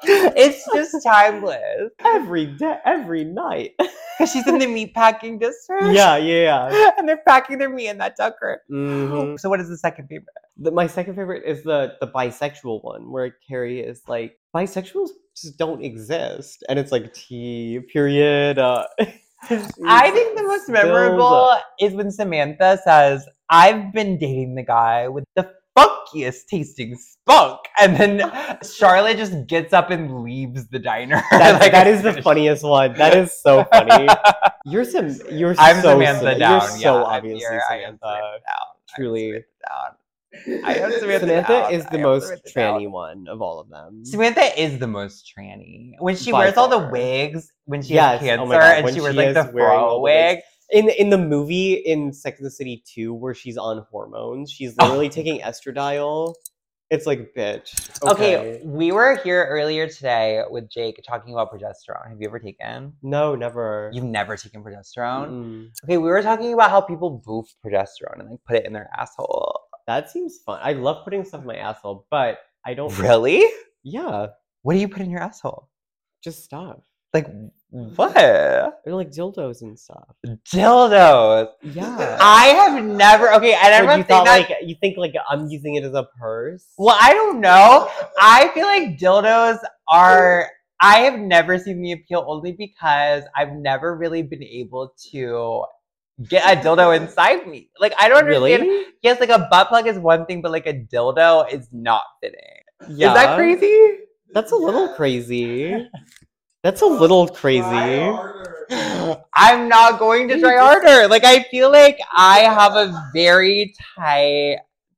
[SPEAKER 1] It's just timeless.
[SPEAKER 2] every day, every night.
[SPEAKER 1] Because she's in the meatpacking district.
[SPEAKER 2] yeah, yeah, yeah.
[SPEAKER 1] And they're packing their meat in that tucker.
[SPEAKER 2] Mhm.
[SPEAKER 1] So what is the second favorite?
[SPEAKER 2] The, my second favorite is the the bisexual one where Carrie is like bisexuals just don't exist, and it's like T period. Uh,
[SPEAKER 1] I think the most memorable is when Samantha says, I've been dating the guy with the funkiest tasting spunk. And then Charlotte just gets up and leaves the diner.
[SPEAKER 2] That,
[SPEAKER 1] Like,
[SPEAKER 2] that
[SPEAKER 1] it's
[SPEAKER 2] is the
[SPEAKER 1] finished.
[SPEAKER 2] funniest one. That is so funny. You're some. You're
[SPEAKER 1] I'm
[SPEAKER 2] so
[SPEAKER 1] Samantha
[SPEAKER 2] Sam-
[SPEAKER 1] down.
[SPEAKER 2] You're so
[SPEAKER 1] yeah, I'm
[SPEAKER 2] obviously
[SPEAKER 1] here. I am
[SPEAKER 2] Samantha.
[SPEAKER 1] Samantha down. I'm
[SPEAKER 2] Truly.
[SPEAKER 1] Samantha down. I have Samantha
[SPEAKER 2] Samantha
[SPEAKER 1] down.
[SPEAKER 2] is
[SPEAKER 1] I
[SPEAKER 2] the
[SPEAKER 1] am
[SPEAKER 2] most
[SPEAKER 1] Samantha down.
[SPEAKER 2] tranny one of all of them.
[SPEAKER 1] Samantha is the most tranny. When she
[SPEAKER 2] By
[SPEAKER 1] wears all the
[SPEAKER 2] far.
[SPEAKER 1] wigs, when she has
[SPEAKER 2] Yes,
[SPEAKER 1] cancer,
[SPEAKER 2] oh my God,
[SPEAKER 1] and
[SPEAKER 2] when
[SPEAKER 1] she wears
[SPEAKER 2] she
[SPEAKER 1] like the
[SPEAKER 2] is wearing all
[SPEAKER 1] fro
[SPEAKER 2] the
[SPEAKER 1] wig.
[SPEAKER 2] wigs. in in the movie in Sex and the City 2 where she's on hormones, she's
[SPEAKER 1] Oh.
[SPEAKER 2] literally taking estradiol. It's like bitch.
[SPEAKER 1] Okay. we were here earlier today with Jake talking about progesterone. Have you ever taken?
[SPEAKER 2] No, never.
[SPEAKER 1] You've never taken progesterone?
[SPEAKER 2] Mm-mm.
[SPEAKER 1] Okay, we were talking about how people boof progesterone and like put it in their asshole.
[SPEAKER 2] That seems fun. I love putting stuff in my asshole, but I don't
[SPEAKER 1] Really?
[SPEAKER 2] Yeah,
[SPEAKER 1] What do you put in your asshole?
[SPEAKER 2] just stuff.
[SPEAKER 1] Like what?
[SPEAKER 2] They're like dildos and stuff.
[SPEAKER 1] Dildos.
[SPEAKER 2] Yeah.
[SPEAKER 1] I have Ah, never okay, and
[SPEAKER 2] Like,
[SPEAKER 1] everyone
[SPEAKER 2] you
[SPEAKER 1] think
[SPEAKER 2] thought
[SPEAKER 1] that
[SPEAKER 2] like you think like I'm using it as a purse.
[SPEAKER 1] Well, I don't know. I feel like dildos are. I have never seen the appeal only because I've never really been able to get a dildo inside me. Like I don't understand.
[SPEAKER 2] really?
[SPEAKER 1] Yes, like a butt plug is one thing, but like a dildo is not fitting.
[SPEAKER 2] Yeah.
[SPEAKER 1] Is that crazy?
[SPEAKER 2] That's a little crazy. That's a little crazy.
[SPEAKER 3] Try harder.
[SPEAKER 1] I'm not going to try harder. Like I feel like I have a very tight,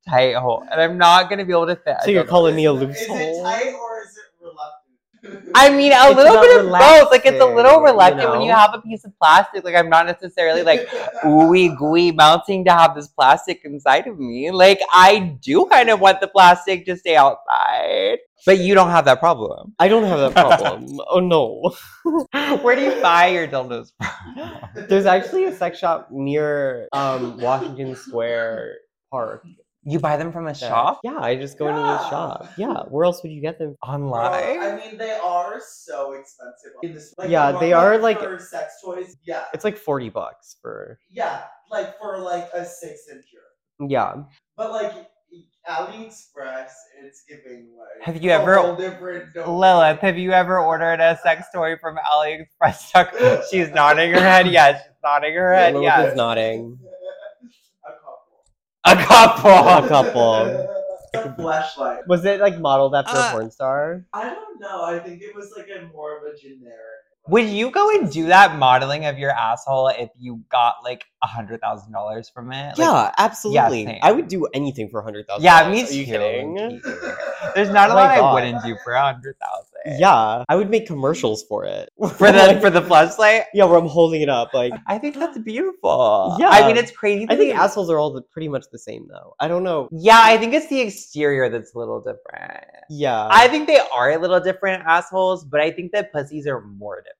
[SPEAKER 1] tight hole, and I'm not gonna be able to fit.
[SPEAKER 2] So you're calling me a
[SPEAKER 3] Is
[SPEAKER 2] loose
[SPEAKER 3] it
[SPEAKER 2] hole?
[SPEAKER 3] tight or is it reluctant?
[SPEAKER 1] I mean, a
[SPEAKER 2] It's
[SPEAKER 1] little
[SPEAKER 2] about
[SPEAKER 1] bit of both. Like it's a
[SPEAKER 2] relaxing,
[SPEAKER 1] little
[SPEAKER 2] you
[SPEAKER 1] reluctant when you
[SPEAKER 2] know?
[SPEAKER 1] have a piece of plastic. Like I'm not necessarily like ooey gooey melting to have this plastic inside of me. Like I do kind of want the plastic to stay outside, but you don't have that problem.
[SPEAKER 2] I don't have that problem. oh no.
[SPEAKER 1] Where do you buy your dildos? from?
[SPEAKER 2] There's actually a sex shop near um, Washington Square Park.
[SPEAKER 1] You buy them from a
[SPEAKER 2] that-
[SPEAKER 1] shop
[SPEAKER 2] Yeah, I just go into the
[SPEAKER 3] Yeah.
[SPEAKER 2] shop. Yeah, where else would you get them?
[SPEAKER 3] Well,
[SPEAKER 1] online.
[SPEAKER 3] I mean, they are so expensive. In this, like,
[SPEAKER 2] Yeah,
[SPEAKER 3] the
[SPEAKER 2] they
[SPEAKER 3] market
[SPEAKER 2] are, like-
[SPEAKER 3] for sex toys. Yeah,
[SPEAKER 2] It's like 40 bucks for.
[SPEAKER 3] yeah, like for like a six incher.
[SPEAKER 2] Yeah.
[SPEAKER 3] But like AliExpress, it's giving like
[SPEAKER 1] Have you
[SPEAKER 3] a
[SPEAKER 1] ever-
[SPEAKER 3] whole different domain.
[SPEAKER 1] Lilith, have you ever ordered a sex toy from AliExpress? she's nodding her head. Yes, she's nodding her head.
[SPEAKER 2] Lilith
[SPEAKER 1] Yes.
[SPEAKER 2] is nodding.
[SPEAKER 3] A couple.
[SPEAKER 1] A couple.
[SPEAKER 2] A couple.
[SPEAKER 3] A flashlight.
[SPEAKER 2] Was it like modeled after
[SPEAKER 1] Uh,
[SPEAKER 2] a porn star?
[SPEAKER 3] I don't know. I think it was like a more of a generic.
[SPEAKER 1] Would you go and do that modeling of your asshole if you got like a hundred thousand dollars from it? Like,
[SPEAKER 2] yeah, absolutely.
[SPEAKER 1] same.
[SPEAKER 2] I would do anything for hundred thousand.
[SPEAKER 1] Yeah, me
[SPEAKER 2] Are you
[SPEAKER 1] too.
[SPEAKER 2] kidding?
[SPEAKER 1] There's not a lot
[SPEAKER 2] Oh my
[SPEAKER 1] I
[SPEAKER 2] God.
[SPEAKER 1] wouldn't do for a hundred thousand.
[SPEAKER 2] Yeah, I would make commercials for it.
[SPEAKER 1] For the for the flashlight.
[SPEAKER 2] yeah, where I'm holding it up, like
[SPEAKER 1] I think that's beautiful.
[SPEAKER 2] Yeah.
[SPEAKER 1] I mean it's crazy.
[SPEAKER 2] I
[SPEAKER 1] to
[SPEAKER 2] think
[SPEAKER 1] me.
[SPEAKER 2] assholes are all the, pretty much the same though. I don't know.
[SPEAKER 1] Yeah, I think it's the exterior that's a little different.
[SPEAKER 2] Yeah,
[SPEAKER 1] I think they are a little different assholes, but I think that pussies are more different.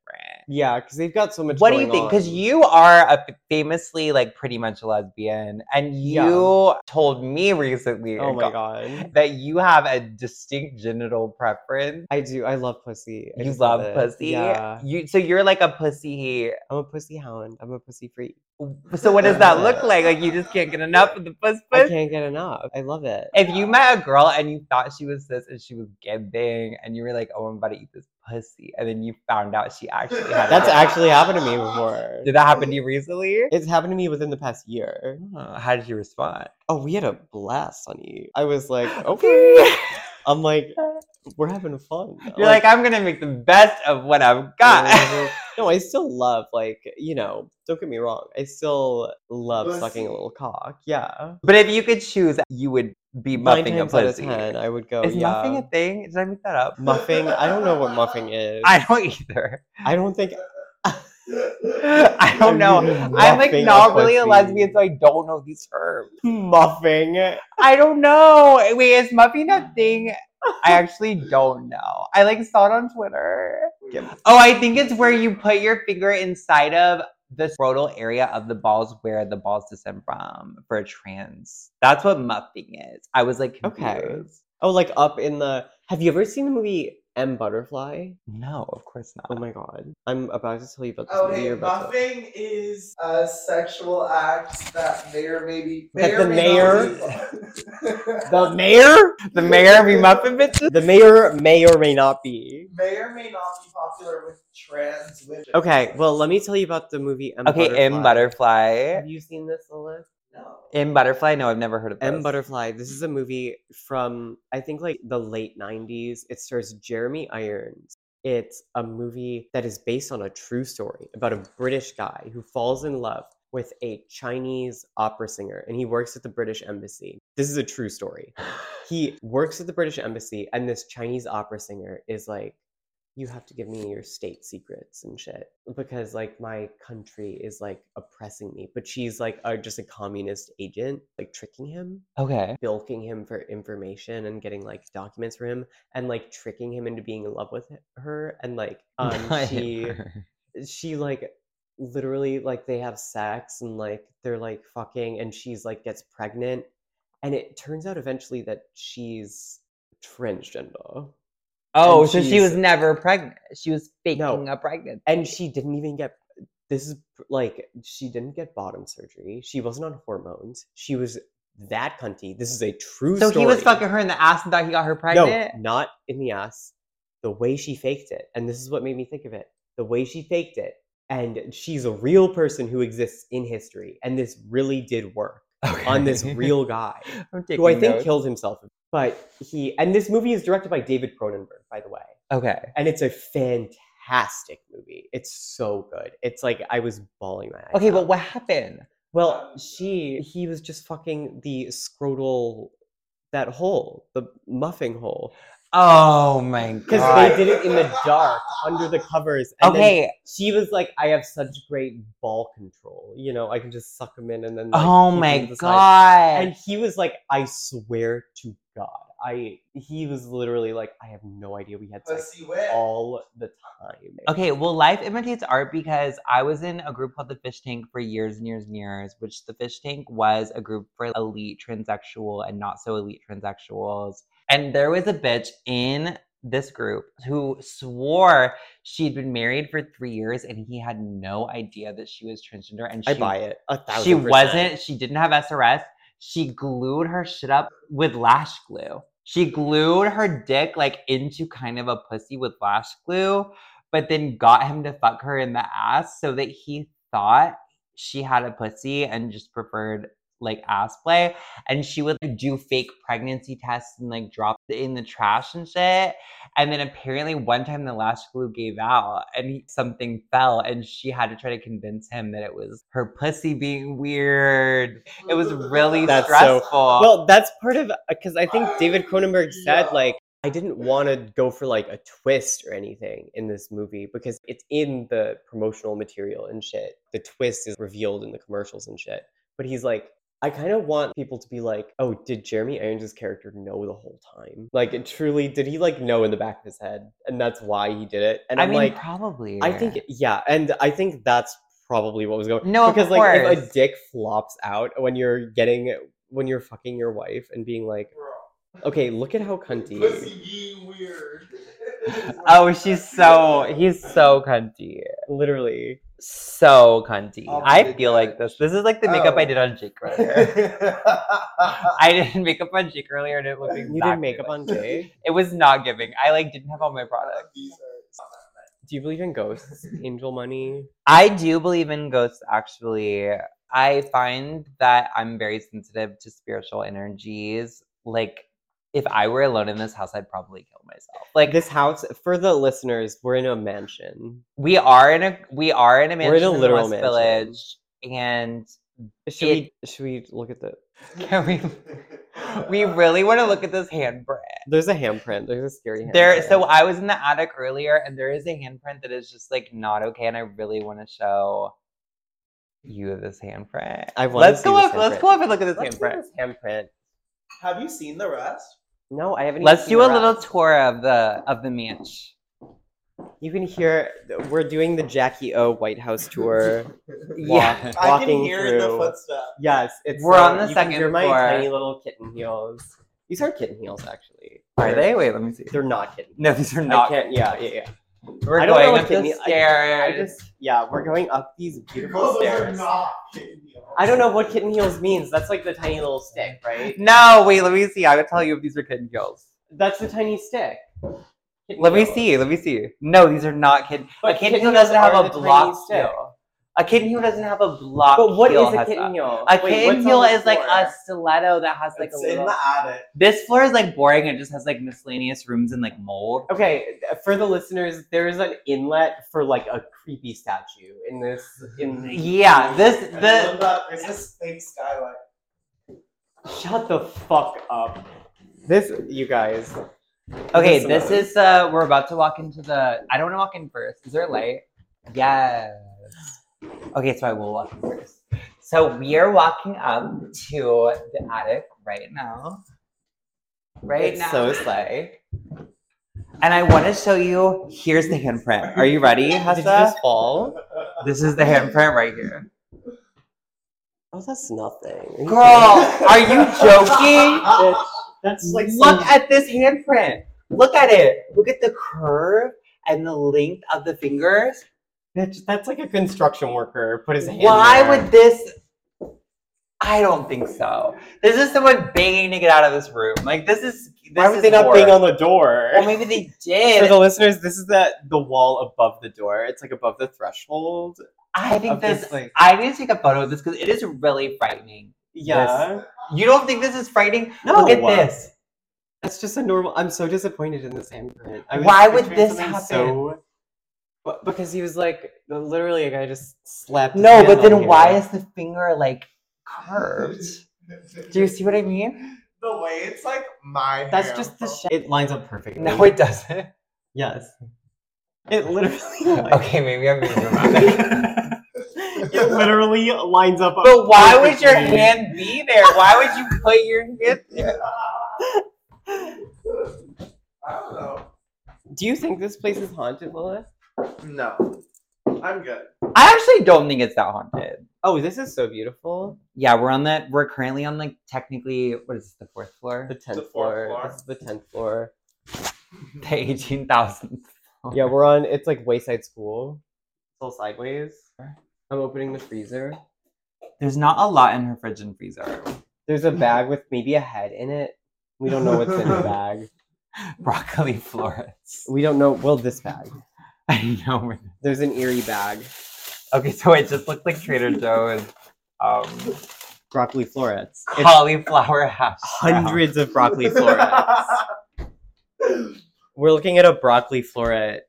[SPEAKER 2] yeah, because they've got so much.
[SPEAKER 1] What do you
[SPEAKER 2] going
[SPEAKER 1] think? Because
[SPEAKER 2] on.
[SPEAKER 1] you are a f- famously like pretty much a lesbian, and
[SPEAKER 2] Yeah.
[SPEAKER 1] you told me recently
[SPEAKER 2] Oh my
[SPEAKER 1] go-
[SPEAKER 2] god,
[SPEAKER 1] that you have a distinct genital preference.
[SPEAKER 2] I do. I love pussy. I
[SPEAKER 1] you
[SPEAKER 2] just
[SPEAKER 1] love
[SPEAKER 2] it.
[SPEAKER 1] pussy.
[SPEAKER 2] Yeah,
[SPEAKER 1] You so you're like a pussy.
[SPEAKER 2] I'm a pussy hound. I'm a pussy freak.
[SPEAKER 1] So what does that look like? Like you just can't get enough of the puss
[SPEAKER 2] I
[SPEAKER 1] puss.
[SPEAKER 2] can't get enough. I love it.
[SPEAKER 1] If you met a girl and you thought she was this and she was gibbing and you were like, "Oh, I'm about to eat this pussy," and then you found out she actually had
[SPEAKER 2] That's
[SPEAKER 1] a-
[SPEAKER 2] actually happened to me before.
[SPEAKER 1] did that happen to you recently?
[SPEAKER 2] It's happened to me within the past year.
[SPEAKER 1] Oh, how did you respond?
[SPEAKER 2] Oh, we had a blast on E. I was like, okay. I'm like, we're having fun.
[SPEAKER 1] You're like, I'm gonna make the best of what I've got.
[SPEAKER 2] whatever." no, I still love, like, you know, don't get me wrong. I still love sucking a
[SPEAKER 3] Pussy.
[SPEAKER 2] little cock. Yeah.
[SPEAKER 1] but if you could choose, you would be
[SPEAKER 2] Nine
[SPEAKER 1] muffing a
[SPEAKER 2] times out of
[SPEAKER 1] pussy.
[SPEAKER 2] ten, I would go,
[SPEAKER 1] Is
[SPEAKER 2] yeah.
[SPEAKER 1] muffing a thing? Did I make that up?
[SPEAKER 2] muffing? I don't know what muffing is.
[SPEAKER 1] I don't either.
[SPEAKER 2] I don't think.
[SPEAKER 1] I don't know. I'm like
[SPEAKER 2] Muffing a
[SPEAKER 1] not really a
[SPEAKER 2] pussy.
[SPEAKER 1] lesbian, so I don't know these terms.
[SPEAKER 2] Muffing.
[SPEAKER 1] I don't know. Wait, is muffing a thing? I actually don't know. I like saw it on Twitter. Oh, I think it's where you put your finger inside of the scrotal area of the balls where the balls descend from for trans. That's what muffing is. I was like,
[SPEAKER 2] Okay.
[SPEAKER 1] confused.
[SPEAKER 2] Oh, like up in the. Have you ever seen the movie M. Butterfly?
[SPEAKER 1] No, of course not.
[SPEAKER 2] Oh my god. I'm about to tell you about this movie.
[SPEAKER 3] Okay,
[SPEAKER 2] You're about to-
[SPEAKER 3] muffing Oh, is a sexual act that may or may be. May
[SPEAKER 2] That
[SPEAKER 3] or
[SPEAKER 2] the
[SPEAKER 3] may not be-
[SPEAKER 2] The mayor?
[SPEAKER 1] The mayor be muffin bitches.
[SPEAKER 2] The mayor may or may not be.
[SPEAKER 3] may or may not be popular with trans women.
[SPEAKER 2] Okay, well, let me tell you about the movie M.
[SPEAKER 1] Okay, M butterfly.
[SPEAKER 2] Have you seen this, Lilith?
[SPEAKER 3] No.
[SPEAKER 1] M butterfly. No, I've never heard of
[SPEAKER 2] M.
[SPEAKER 1] this.
[SPEAKER 2] Butterfly. This is a movie from, I think, like the late 90s. It stars Jeremy Irons. It's a movie that is based on a true story about a British guy who falls in love with a Chinese opera singer and he works at the British embassy. This is a true story. he works at the British embassy, and this Chinese opera singer is like, "You have to give me your state secrets and shit because like my country is like oppressing me." But she's like a, just a communist agent, like tricking him,
[SPEAKER 1] Okay.
[SPEAKER 2] bilking him for information and getting like documents for him, and like tricking him into being in love with h- her, and like um, she she like literally like they have sex and like they're like fucking and she's like gets pregnant and it turns out eventually that she's transgender
[SPEAKER 1] oh,
[SPEAKER 2] and
[SPEAKER 1] so she
[SPEAKER 2] she's-
[SPEAKER 1] was never pregnant. She was faking
[SPEAKER 2] No.
[SPEAKER 1] a pregnancy.
[SPEAKER 2] and she didn't even get this is pr- like she didn't get bottom surgery she wasn't on hormones she was that cunty this is a true
[SPEAKER 1] so
[SPEAKER 2] story.
[SPEAKER 1] he was fucking her in the ass and thought he got her pregnant.
[SPEAKER 2] No, not in the ass. The way she faked it. And this is what made me think of it. The way she faked it. And she's a real person who exists in history. And this really did work on this
[SPEAKER 1] Okay.
[SPEAKER 2] real guy
[SPEAKER 1] I'm
[SPEAKER 2] who I
[SPEAKER 1] taking
[SPEAKER 2] think
[SPEAKER 1] notes.
[SPEAKER 2] killed himself. But he, and this movie is directed by David Cronenberg, by the way.
[SPEAKER 1] Okay.
[SPEAKER 2] And it's a fantastic fantastic movie. It's so good. It's like I was bawling my eyes.
[SPEAKER 4] Okay,
[SPEAKER 2] out.
[SPEAKER 4] but what happened?
[SPEAKER 2] well, she he was just fucking the scrotal that hole, the muffing hole,
[SPEAKER 1] Oh my
[SPEAKER 2] because
[SPEAKER 1] god.
[SPEAKER 2] they did it in the dark under the covers. And then
[SPEAKER 1] okay.
[SPEAKER 2] she was like, I have such great ball control. You know, I can just suck him in and then. Like,
[SPEAKER 1] oh
[SPEAKER 2] keep 'em
[SPEAKER 1] my
[SPEAKER 2] to the
[SPEAKER 1] god.
[SPEAKER 2] side." And he was like, I swear to God. I he was literally like, I have no idea we had sex
[SPEAKER 3] Pussy whip.
[SPEAKER 2] all the time.
[SPEAKER 1] Okay, well, life imitates art because I was in a group called the Fish Tank for years and years and years, which the Fish Tank was a group for elite transsexual and not so elite transsexuals. And there was a bitch in this group who swore she'd been married for three years and he had no idea that she was transgender. And she,
[SPEAKER 2] I buy it. A thousand
[SPEAKER 1] she
[SPEAKER 2] percent.
[SPEAKER 1] wasn't, she didn't have SRS. She glued her shit up with lash glue. She glued her dick like into kind of a pussy with lash glue, but then got him to fuck her in the ass so that he thought she had a pussy and just preferred like ass play. And she would like, do fake pregnancy tests and like drop it in the trash and shit. And then apparently one time the lash glue gave out and he, something fell and she had to try to convince him that it was her pussy being weird. It was really
[SPEAKER 2] That's so-
[SPEAKER 1] stressful.
[SPEAKER 2] Well, that's part of because I think David
[SPEAKER 1] Ah,
[SPEAKER 2] Cronenberg said
[SPEAKER 3] Yeah.
[SPEAKER 2] like I didn't want to go for like a twist or anything in this movie because it's in the promotional material and shit. The twist is revealed in the commercials and shit. But he's like, I kind of want people to be like, oh, did Jeremy Irons' character know the whole time? Like, it truly, did he like know in the back of his head, and that's why he did it? And
[SPEAKER 1] I
[SPEAKER 2] am
[SPEAKER 1] mean,
[SPEAKER 2] like,
[SPEAKER 1] probably.
[SPEAKER 2] I think yeah, and I think that's probably what was going.
[SPEAKER 1] No, of
[SPEAKER 2] because like if a
[SPEAKER 1] course.
[SPEAKER 2] dick flops out when you're getting when you're fucking your wife and being like, okay, look at how cunty.
[SPEAKER 3] Pussy being weird.
[SPEAKER 1] Oh, she's so he's so cunty.
[SPEAKER 2] Literally,
[SPEAKER 1] So cunty.
[SPEAKER 2] Oh
[SPEAKER 3] I'll
[SPEAKER 1] I
[SPEAKER 3] be the
[SPEAKER 1] feel like this.
[SPEAKER 3] judge.
[SPEAKER 1] This is like the makeup I
[SPEAKER 3] Oh.
[SPEAKER 1] did on Jake earlier.
[SPEAKER 3] I
[SPEAKER 1] I didn't makeup on Jake earlier and it looked exactly
[SPEAKER 2] you did makeup
[SPEAKER 1] like-
[SPEAKER 2] on Jay.
[SPEAKER 1] it was not giving. I like didn't have all my products.
[SPEAKER 2] Do you believe in ghosts, angel money?
[SPEAKER 1] I do believe in ghosts actually. I find that I'm very sensitive to spiritual energies. Like if I were alone in this house, I'd probably kill myself. Like
[SPEAKER 2] This house for the listeners, we're in a mansion.
[SPEAKER 1] we are in a we are in a mansion
[SPEAKER 2] We're in a
[SPEAKER 1] the
[SPEAKER 2] literal
[SPEAKER 1] West
[SPEAKER 2] mansion.
[SPEAKER 1] Village and
[SPEAKER 2] Should
[SPEAKER 1] It-
[SPEAKER 2] we should we look at the?
[SPEAKER 1] Can we? We really want to look at this handprint.
[SPEAKER 2] There's a handprint. There's a scary handprint.
[SPEAKER 1] There. So I was in the attic earlier, and there is a handprint that is just like not okay, and I really want to show you this handprint.
[SPEAKER 2] I wanna
[SPEAKER 1] Let's
[SPEAKER 2] see
[SPEAKER 1] go
[SPEAKER 2] this
[SPEAKER 1] up. Let's
[SPEAKER 2] handprint.
[SPEAKER 1] go up and look at this
[SPEAKER 2] Let's see
[SPEAKER 1] handprint.
[SPEAKER 2] this handprint.
[SPEAKER 3] Have you seen the rest?
[SPEAKER 2] No, I haven't. even
[SPEAKER 1] Let's
[SPEAKER 2] seen
[SPEAKER 1] do
[SPEAKER 2] the
[SPEAKER 1] a little
[SPEAKER 2] rest.
[SPEAKER 1] tour of the of the manch.
[SPEAKER 2] You can hear we're doing the Jackie O White House tour.
[SPEAKER 1] Yeah.
[SPEAKER 2] walk-
[SPEAKER 3] I can
[SPEAKER 2] walking
[SPEAKER 3] hear
[SPEAKER 2] through.
[SPEAKER 3] in the footsteps.
[SPEAKER 2] Yes, it's
[SPEAKER 1] We're on the
[SPEAKER 2] you can
[SPEAKER 1] second
[SPEAKER 2] hear my
[SPEAKER 1] floor.
[SPEAKER 2] tiny little kitten heels. These are kitten heels, actually.
[SPEAKER 1] Are
[SPEAKER 2] They're-
[SPEAKER 1] they? Wait, let me see.
[SPEAKER 2] They're not kitten.
[SPEAKER 1] No, these are
[SPEAKER 2] I
[SPEAKER 1] not.
[SPEAKER 2] can't- yeah, yeah, yeah.
[SPEAKER 1] We're
[SPEAKER 2] I don't know
[SPEAKER 1] going
[SPEAKER 2] what
[SPEAKER 1] up
[SPEAKER 2] kidney-
[SPEAKER 1] the
[SPEAKER 2] I- I
[SPEAKER 1] stairs.
[SPEAKER 2] I just yeah, we're going up these beautiful
[SPEAKER 3] Those are
[SPEAKER 2] stairs.
[SPEAKER 3] not kitten heels.
[SPEAKER 2] I don't know what kitten heels means. That's like the tiny little stick, right?
[SPEAKER 1] No, wait. Let me see. I would tell you if these are kitten heels.
[SPEAKER 2] That's the tiny stick. Kitten
[SPEAKER 1] Let me
[SPEAKER 2] heels.
[SPEAKER 1] see. Let me see. No, these are not kid. a
[SPEAKER 2] But
[SPEAKER 1] kitten heel
[SPEAKER 2] kitten
[SPEAKER 1] doesn't
[SPEAKER 2] heels
[SPEAKER 1] have
[SPEAKER 2] are
[SPEAKER 1] a
[SPEAKER 2] the tiny
[SPEAKER 1] block
[SPEAKER 2] stick.
[SPEAKER 1] heel. A kitten heel doesn't have a block.
[SPEAKER 2] But what is
[SPEAKER 1] heel,
[SPEAKER 2] a
[SPEAKER 1] Hessa.
[SPEAKER 2] kitten heel?
[SPEAKER 1] A
[SPEAKER 2] Wait,
[SPEAKER 1] kitten
[SPEAKER 2] what's on
[SPEAKER 1] heel
[SPEAKER 2] the
[SPEAKER 1] is like a
[SPEAKER 2] floor?
[SPEAKER 1] stiletto that has like
[SPEAKER 3] it's
[SPEAKER 1] a little.
[SPEAKER 3] in the attic.
[SPEAKER 1] This floor is like boring. It just has like miscellaneous rooms and like mold.
[SPEAKER 2] Okay, for the listeners, there is an inlet for like a creepy statue in this. In
[SPEAKER 1] Yeah, this
[SPEAKER 3] I
[SPEAKER 1] the
[SPEAKER 3] love that. There's this big skylight.
[SPEAKER 2] shut the fuck up. This, you guys.
[SPEAKER 1] okay.
[SPEAKER 2] Listen
[SPEAKER 1] This
[SPEAKER 2] up.
[SPEAKER 1] is uh, we're about to walk into the. I don't want to walk in first. Is there a light? Yes. Okay, so I will walk in first. So we are walking up to the attic right now. Right
[SPEAKER 2] it's
[SPEAKER 1] now.
[SPEAKER 2] so slay.
[SPEAKER 1] And I want to show you. Here's the handprint. Are you ready,
[SPEAKER 2] Did you
[SPEAKER 1] Hessa?
[SPEAKER 2] just fall?
[SPEAKER 1] This is the handprint right here.
[SPEAKER 2] Oh, that's nothing.
[SPEAKER 1] Girl, Oh, are you joking?
[SPEAKER 2] Bitch, that's like
[SPEAKER 1] Look at this handprint. Look at it. Look at the curve and the length of the fingers.
[SPEAKER 2] bitch, that's like a construction worker put his hand.
[SPEAKER 1] Why
[SPEAKER 2] there.
[SPEAKER 1] would this? I don't think so. This is someone begging to get out of this room. Like this is. This
[SPEAKER 2] Why would
[SPEAKER 1] is Oh
[SPEAKER 2] they not
[SPEAKER 1] horror.
[SPEAKER 2] bang on the door?
[SPEAKER 1] Or maybe they
[SPEAKER 2] For
[SPEAKER 1] did.
[SPEAKER 2] the listeners, this is the the wall above the door. It's like above the threshold.
[SPEAKER 1] I think
[SPEAKER 2] of this,
[SPEAKER 1] this.
[SPEAKER 2] like-
[SPEAKER 1] I need to take a photo of this because it is really frightening.
[SPEAKER 2] Yeah.
[SPEAKER 1] You don't think this is frightening?
[SPEAKER 2] No.
[SPEAKER 1] Look at this.
[SPEAKER 2] That's just a normal. I'm so disappointed in this handprint. I
[SPEAKER 1] Why would
[SPEAKER 2] picturing
[SPEAKER 1] this
[SPEAKER 2] something
[SPEAKER 1] happen?
[SPEAKER 2] So But because he was like literally a guy just slapped. his
[SPEAKER 1] No,
[SPEAKER 2] hand
[SPEAKER 1] but
[SPEAKER 2] on
[SPEAKER 1] then
[SPEAKER 2] here.
[SPEAKER 1] why is the finger like curved? Do you see what I mean?
[SPEAKER 3] The way it's like my
[SPEAKER 2] That's
[SPEAKER 3] hair
[SPEAKER 2] just the
[SPEAKER 3] from-
[SPEAKER 2] shape. It lines up perfectly.
[SPEAKER 1] No, it doesn't.
[SPEAKER 2] Yes. It literally. Lines,
[SPEAKER 1] Okay, maybe I'm being dramatic.
[SPEAKER 2] it literally lines up.
[SPEAKER 1] But why would your
[SPEAKER 2] perfectly.
[SPEAKER 1] hand be there? Why would you put your hand there?
[SPEAKER 3] I don't know.
[SPEAKER 2] Do you think this place is haunted, Lilith?
[SPEAKER 3] No. I'm good.
[SPEAKER 1] I actually don't think it's that haunted.
[SPEAKER 2] Oh, this is so beautiful.
[SPEAKER 1] Yeah, we're on that. We're currently on like technically what is this, the fourth floor?
[SPEAKER 2] The tenth
[SPEAKER 3] fourth
[SPEAKER 2] floor.
[SPEAKER 3] floor.
[SPEAKER 2] This is the tenth floor.
[SPEAKER 1] The eighteen thousand.
[SPEAKER 2] Yeah, we're on. It's like Wayside School. It's all sideways. I'm opening the freezer.
[SPEAKER 1] There's not a lot in her fridge and freezer.
[SPEAKER 2] There's a bag with maybe a head in it. We don't know what's in the bag.
[SPEAKER 1] Broccoli florets.
[SPEAKER 2] We don't know. Well, this bag.
[SPEAKER 1] I know. we're-
[SPEAKER 2] There's an eerie bag.
[SPEAKER 1] Okay, so it just looks like Trader Joe's um,
[SPEAKER 2] Broccoli florets. It's
[SPEAKER 1] cauliflower hash. brown.
[SPEAKER 2] hundreds of broccoli florets. We're looking at a broccoli floret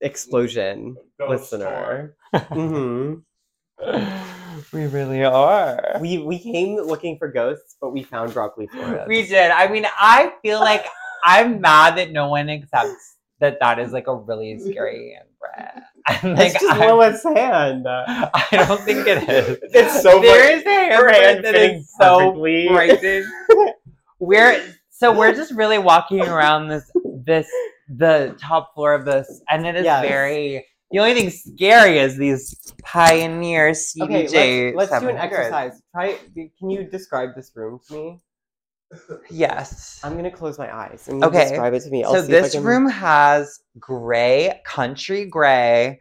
[SPEAKER 2] explosion, listener. hmm
[SPEAKER 1] We really are.
[SPEAKER 2] We we came looking for ghosts, but we found broccoli florets.
[SPEAKER 1] We did. I mean, I feel like I'm mad that no one accepts that that is like a really scary brand. And like,
[SPEAKER 2] it's just
[SPEAKER 1] I,
[SPEAKER 2] Lilith's hand.
[SPEAKER 1] I don't think it is.
[SPEAKER 2] It's so
[SPEAKER 1] there is a handprint that
[SPEAKER 2] fitting
[SPEAKER 1] is so
[SPEAKER 2] perfectly.
[SPEAKER 1] Right. we're so we're just really walking around this this the top floor of this, and it is
[SPEAKER 2] Yes.
[SPEAKER 1] very. The only thing scary is these Pioneer
[SPEAKER 2] Okay,
[SPEAKER 1] CDJ.
[SPEAKER 2] let's, let's do an
[SPEAKER 1] 700s.
[SPEAKER 2] exercise. Try. Can you describe this room to me?
[SPEAKER 1] Yes.
[SPEAKER 2] I'm gonna close my eyes and you
[SPEAKER 1] Okay.
[SPEAKER 2] describe it to me. I'll
[SPEAKER 1] so
[SPEAKER 2] see if I
[SPEAKER 1] this
[SPEAKER 2] can-
[SPEAKER 1] room has gray country gray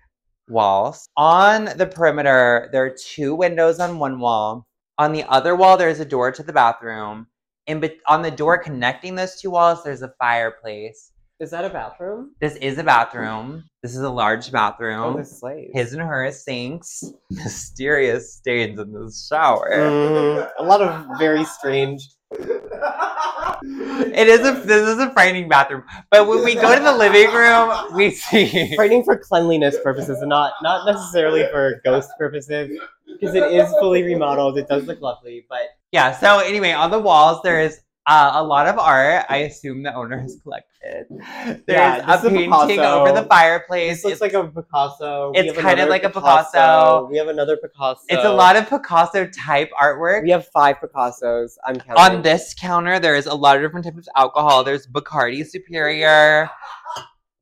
[SPEAKER 1] walls. On the perimeter, there are two windows on one wall. On the other wall, there is a door to the bathroom. And bet on the door connecting those two walls, there's a fireplace.
[SPEAKER 2] is that a bathroom?
[SPEAKER 1] This is a bathroom. This is a large
[SPEAKER 2] Oh,
[SPEAKER 1] bathroom.
[SPEAKER 2] this is late.
[SPEAKER 1] His and hers sinks. Mysterious stains in the shower. Mm,
[SPEAKER 2] Mhm. A lot of very strange.
[SPEAKER 1] It is a this is a frightening bathroom. But when we go to the living room, we see
[SPEAKER 2] Frightening for cleanliness purposes and not not necessarily for ghost purposes because it is fully remodeled. It does look lovely, but
[SPEAKER 1] Yeah. So anyway, on the walls there is uh, a lot of art. I assume the owner has collected. There's
[SPEAKER 2] Yeah, this is
[SPEAKER 1] a
[SPEAKER 2] a
[SPEAKER 1] painting
[SPEAKER 2] Picasso.
[SPEAKER 1] over the
[SPEAKER 2] this
[SPEAKER 1] fireplace.
[SPEAKER 2] looks
[SPEAKER 1] It's,
[SPEAKER 2] like a Picasso. We
[SPEAKER 1] it's
[SPEAKER 2] have
[SPEAKER 1] kind of
[SPEAKER 2] another
[SPEAKER 1] like a Picasso.
[SPEAKER 2] We have another Picasso.
[SPEAKER 1] it's a lot of Picasso type artwork.
[SPEAKER 2] We have five Picassos. I'm counting.
[SPEAKER 1] On this counter, there is a lot of different types of alcohol. There's Bacardi Superior,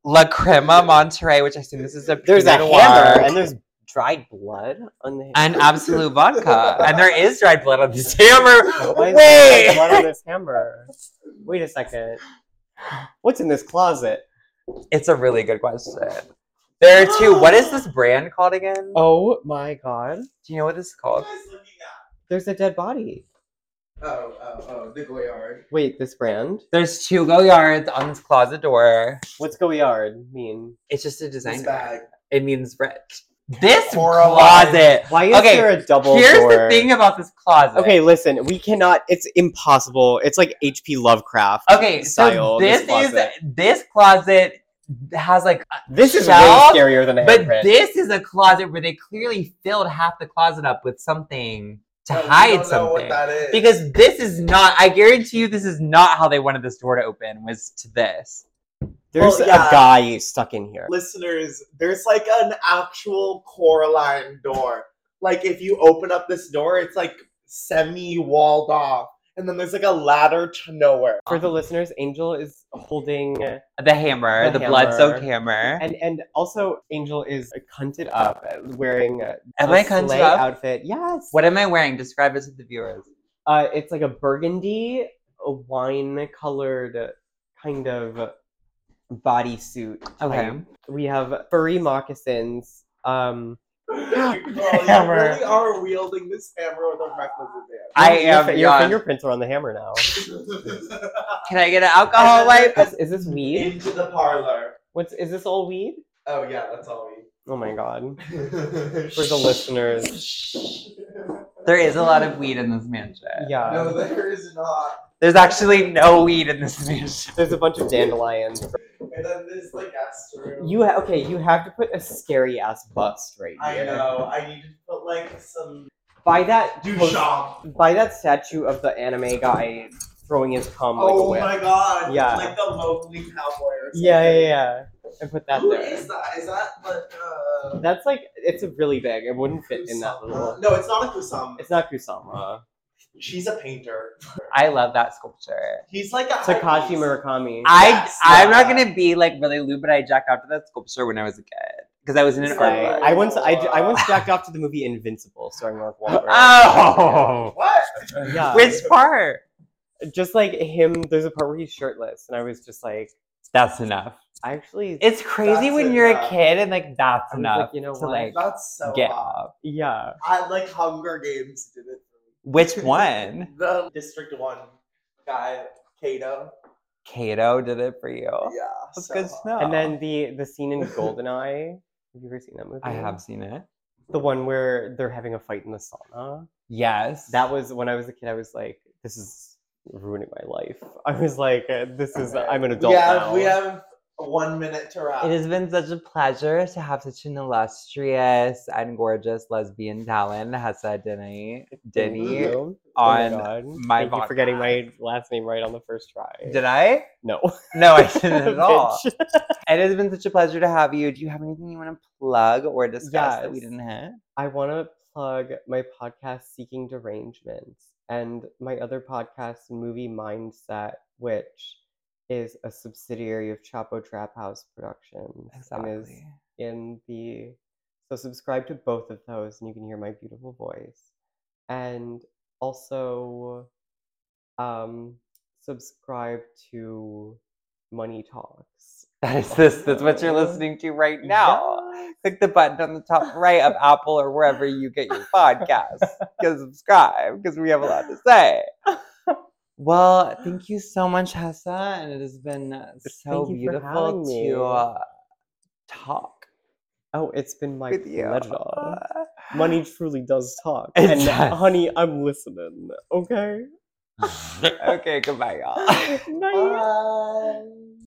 [SPEAKER 1] La Crema Monterey, which I assume this is a
[SPEAKER 2] there's a
[SPEAKER 1] Pinot Noir,
[SPEAKER 2] hammer and there's dried blood on the.
[SPEAKER 1] and absolute vodka, and there is dried blood on this hammer.
[SPEAKER 2] Why is there
[SPEAKER 1] Wait.
[SPEAKER 2] blood on this hammer? Wait a second. What's in this closet?
[SPEAKER 1] It's a really good question. There are two. What is this brand called again?
[SPEAKER 2] Oh my god.
[SPEAKER 1] Do you know what this is
[SPEAKER 3] What
[SPEAKER 1] called?
[SPEAKER 3] are you guys looking at?
[SPEAKER 2] There's a dead body.
[SPEAKER 3] Oh, oh, oh, the Goyard.
[SPEAKER 2] Wait, this brand?
[SPEAKER 1] There's two goyards on this closet door.
[SPEAKER 2] What's Goyard mean?
[SPEAKER 1] It's just a
[SPEAKER 3] This
[SPEAKER 1] design.
[SPEAKER 3] bag.
[SPEAKER 1] It means rich. This
[SPEAKER 3] Coraline.
[SPEAKER 1] closet.
[SPEAKER 2] Why is
[SPEAKER 1] Okay,
[SPEAKER 2] there a double
[SPEAKER 1] Here's
[SPEAKER 2] door?
[SPEAKER 1] the thing about this closet.
[SPEAKER 2] Okay, listen, we cannot. It's impossible. It's like H.P. Lovecraft.
[SPEAKER 1] Okay. So
[SPEAKER 2] Style,
[SPEAKER 1] this,
[SPEAKER 2] this
[SPEAKER 1] is
[SPEAKER 2] closet.
[SPEAKER 1] this closet has like,
[SPEAKER 2] This is
[SPEAKER 1] Shelf,
[SPEAKER 2] way scarier than a
[SPEAKER 1] but
[SPEAKER 2] handprint.
[SPEAKER 1] this is a closet where they clearly filled half the closet up with something to
[SPEAKER 3] Oh, we
[SPEAKER 1] hide
[SPEAKER 3] don't know what
[SPEAKER 1] something.
[SPEAKER 3] that is.
[SPEAKER 1] Because this is not. I guarantee you, this is not how they wanted this door to open. Was to this.
[SPEAKER 2] There's
[SPEAKER 1] Oh,
[SPEAKER 3] Well, yeah.
[SPEAKER 2] a guy stuck in here.
[SPEAKER 3] listeners, there's like an actual Coraline door. Like if you open up this door, it's like semi walled off, and then there's like a ladder to nowhere.
[SPEAKER 2] For the listeners, Angel is holding,
[SPEAKER 1] The hammer, the,
[SPEAKER 2] The
[SPEAKER 1] blood soaked
[SPEAKER 2] hammer.
[SPEAKER 1] hammer.
[SPEAKER 2] and and also Angel is cunted up, uh, wearing a
[SPEAKER 1] Am
[SPEAKER 2] a
[SPEAKER 1] I cunted
[SPEAKER 2] sleigh
[SPEAKER 1] up?
[SPEAKER 2] outfit. Yes.
[SPEAKER 1] What am I wearing? Describe it to the viewers.
[SPEAKER 2] Uh, it's like a burgundy, a wine-colored kind of bodysuit.
[SPEAKER 1] Okay.
[SPEAKER 2] type. We have furry moccasins. Um,
[SPEAKER 3] You
[SPEAKER 1] hammer.
[SPEAKER 3] really are wielding this hammer with a requisite
[SPEAKER 1] I
[SPEAKER 2] your,
[SPEAKER 1] am.
[SPEAKER 2] fi- your
[SPEAKER 1] yeah.
[SPEAKER 2] fingerprints are on the hammer now.
[SPEAKER 3] hand.
[SPEAKER 1] Can I get an alcohol wipe?
[SPEAKER 2] Is, is this weed?
[SPEAKER 3] Into the parlor.
[SPEAKER 2] What's is this all weed?
[SPEAKER 3] Oh yeah, that's all we.
[SPEAKER 2] Oh my god! For
[SPEAKER 3] For
[SPEAKER 2] the listeners,
[SPEAKER 1] There is a lot of weed in this mansion.
[SPEAKER 2] yeah,
[SPEAKER 3] No, there is not.
[SPEAKER 1] There's actually no weed in this mansion.
[SPEAKER 2] there's a bunch of dandelions.
[SPEAKER 3] And then this like ass room.
[SPEAKER 2] You ha- okay? You have to put a scary ass bust right
[SPEAKER 3] I
[SPEAKER 2] here.
[SPEAKER 3] know. I need to put like some
[SPEAKER 2] By that
[SPEAKER 3] douche
[SPEAKER 2] post-
[SPEAKER 3] shop.
[SPEAKER 2] by that statue of the anime guy throwing his cum like a
[SPEAKER 3] Oh
[SPEAKER 2] whip.
[SPEAKER 3] my god.
[SPEAKER 2] Yeah.
[SPEAKER 3] Like the Mowgli cowboy or something.
[SPEAKER 2] Yeah, yeah, yeah. And put that
[SPEAKER 3] Who
[SPEAKER 2] there.
[SPEAKER 3] is that? Is that like uh
[SPEAKER 2] That's like it's a really big. It wouldn't fit in that
[SPEAKER 3] Kusama?
[SPEAKER 2] little.
[SPEAKER 3] No, it's not a Kusama.
[SPEAKER 2] It's not Kusama.
[SPEAKER 3] She's a painter.
[SPEAKER 1] I love that sculpture.
[SPEAKER 3] He's like a
[SPEAKER 2] Takashi
[SPEAKER 3] hypebeast.
[SPEAKER 2] Murakami.
[SPEAKER 1] I
[SPEAKER 3] Yes,
[SPEAKER 1] I'm not
[SPEAKER 3] yeah.
[SPEAKER 1] gonna be like really lewd, but I jacked off to that sculpture when I was a kid because I was in an
[SPEAKER 3] It's
[SPEAKER 1] art
[SPEAKER 3] like-
[SPEAKER 1] book.
[SPEAKER 2] I once I, I once jacked off to the movie Invincible starring Mark Wahlberg.
[SPEAKER 1] Oh,
[SPEAKER 3] What?
[SPEAKER 2] Yeah.
[SPEAKER 1] which part?
[SPEAKER 2] Just like him, there's a part where he's shirtless, and I was just like,
[SPEAKER 1] That's enough.
[SPEAKER 2] I actually,
[SPEAKER 1] It's crazy
[SPEAKER 3] That's
[SPEAKER 1] when you're a
[SPEAKER 3] enough.
[SPEAKER 1] kid and like that's
[SPEAKER 2] I was
[SPEAKER 1] enough
[SPEAKER 2] like, you know
[SPEAKER 1] to
[SPEAKER 2] what?
[SPEAKER 1] like
[SPEAKER 3] That's so
[SPEAKER 1] get
[SPEAKER 3] hot.
[SPEAKER 1] off.
[SPEAKER 2] yeah,
[SPEAKER 3] I like Hunger Games did it.
[SPEAKER 1] Which one?
[SPEAKER 3] The District One guy, Kato.
[SPEAKER 1] Kato did it for you.
[SPEAKER 3] Yeah,
[SPEAKER 1] That's
[SPEAKER 3] so
[SPEAKER 1] good
[SPEAKER 3] hot.
[SPEAKER 1] to know.
[SPEAKER 2] and then the the scene in Goldeneye. Have you ever seen that movie?
[SPEAKER 1] I have seen it.
[SPEAKER 2] the one where they're having a fight in the sauna.
[SPEAKER 1] Yes.
[SPEAKER 2] that was when I was a kid. I was like, this is ruining my life. I was like, uh, this is. I'm an adult
[SPEAKER 3] We have
[SPEAKER 2] now.
[SPEAKER 3] we have one minute to wrap.
[SPEAKER 1] It has been such a pleasure to have such an illustrious and gorgeous lesbian talent, Hessa Denny,
[SPEAKER 2] Thank
[SPEAKER 1] Denny
[SPEAKER 2] you.
[SPEAKER 1] on
[SPEAKER 2] oh my, God.
[SPEAKER 1] my
[SPEAKER 2] Thank you for
[SPEAKER 1] vodka.
[SPEAKER 2] getting my last name right on the first try.
[SPEAKER 1] Did I?
[SPEAKER 2] no,
[SPEAKER 1] No, I didn't at all.
[SPEAKER 2] Bitch.
[SPEAKER 1] It has been such a pleasure to have you. Do you have anything you want to plug or discuss that we
[SPEAKER 2] Yes.
[SPEAKER 1] didn't hit?
[SPEAKER 2] I want to plug my podcast, Seeking Derangement, and my other podcast, Movie Mindset, which is a subsidiary of Chapo Trap House Productions and is
[SPEAKER 1] Exactly.
[SPEAKER 2] in the so subscribe to both of those and you can hear my beautiful voice and also um subscribe to money talks
[SPEAKER 1] That is this. That's what you're
[SPEAKER 2] Yeah.
[SPEAKER 1] listening to right now.
[SPEAKER 2] Yes.
[SPEAKER 1] Click the button on the top right of Apple or wherever you get your podcasts. Go subscribe because we have a lot to say. Well, thank you so much, Hessa, and it has been uh, so
[SPEAKER 2] Thank you for
[SPEAKER 1] beautiful
[SPEAKER 2] having me.
[SPEAKER 1] to uh, talk
[SPEAKER 2] oh it's been my
[SPEAKER 1] with you.
[SPEAKER 2] pleasure money truly does talk
[SPEAKER 1] It
[SPEAKER 2] and
[SPEAKER 1] does.
[SPEAKER 2] honey i'm listening okay
[SPEAKER 1] okay, goodbye, y'all.
[SPEAKER 2] Night.
[SPEAKER 3] Bye.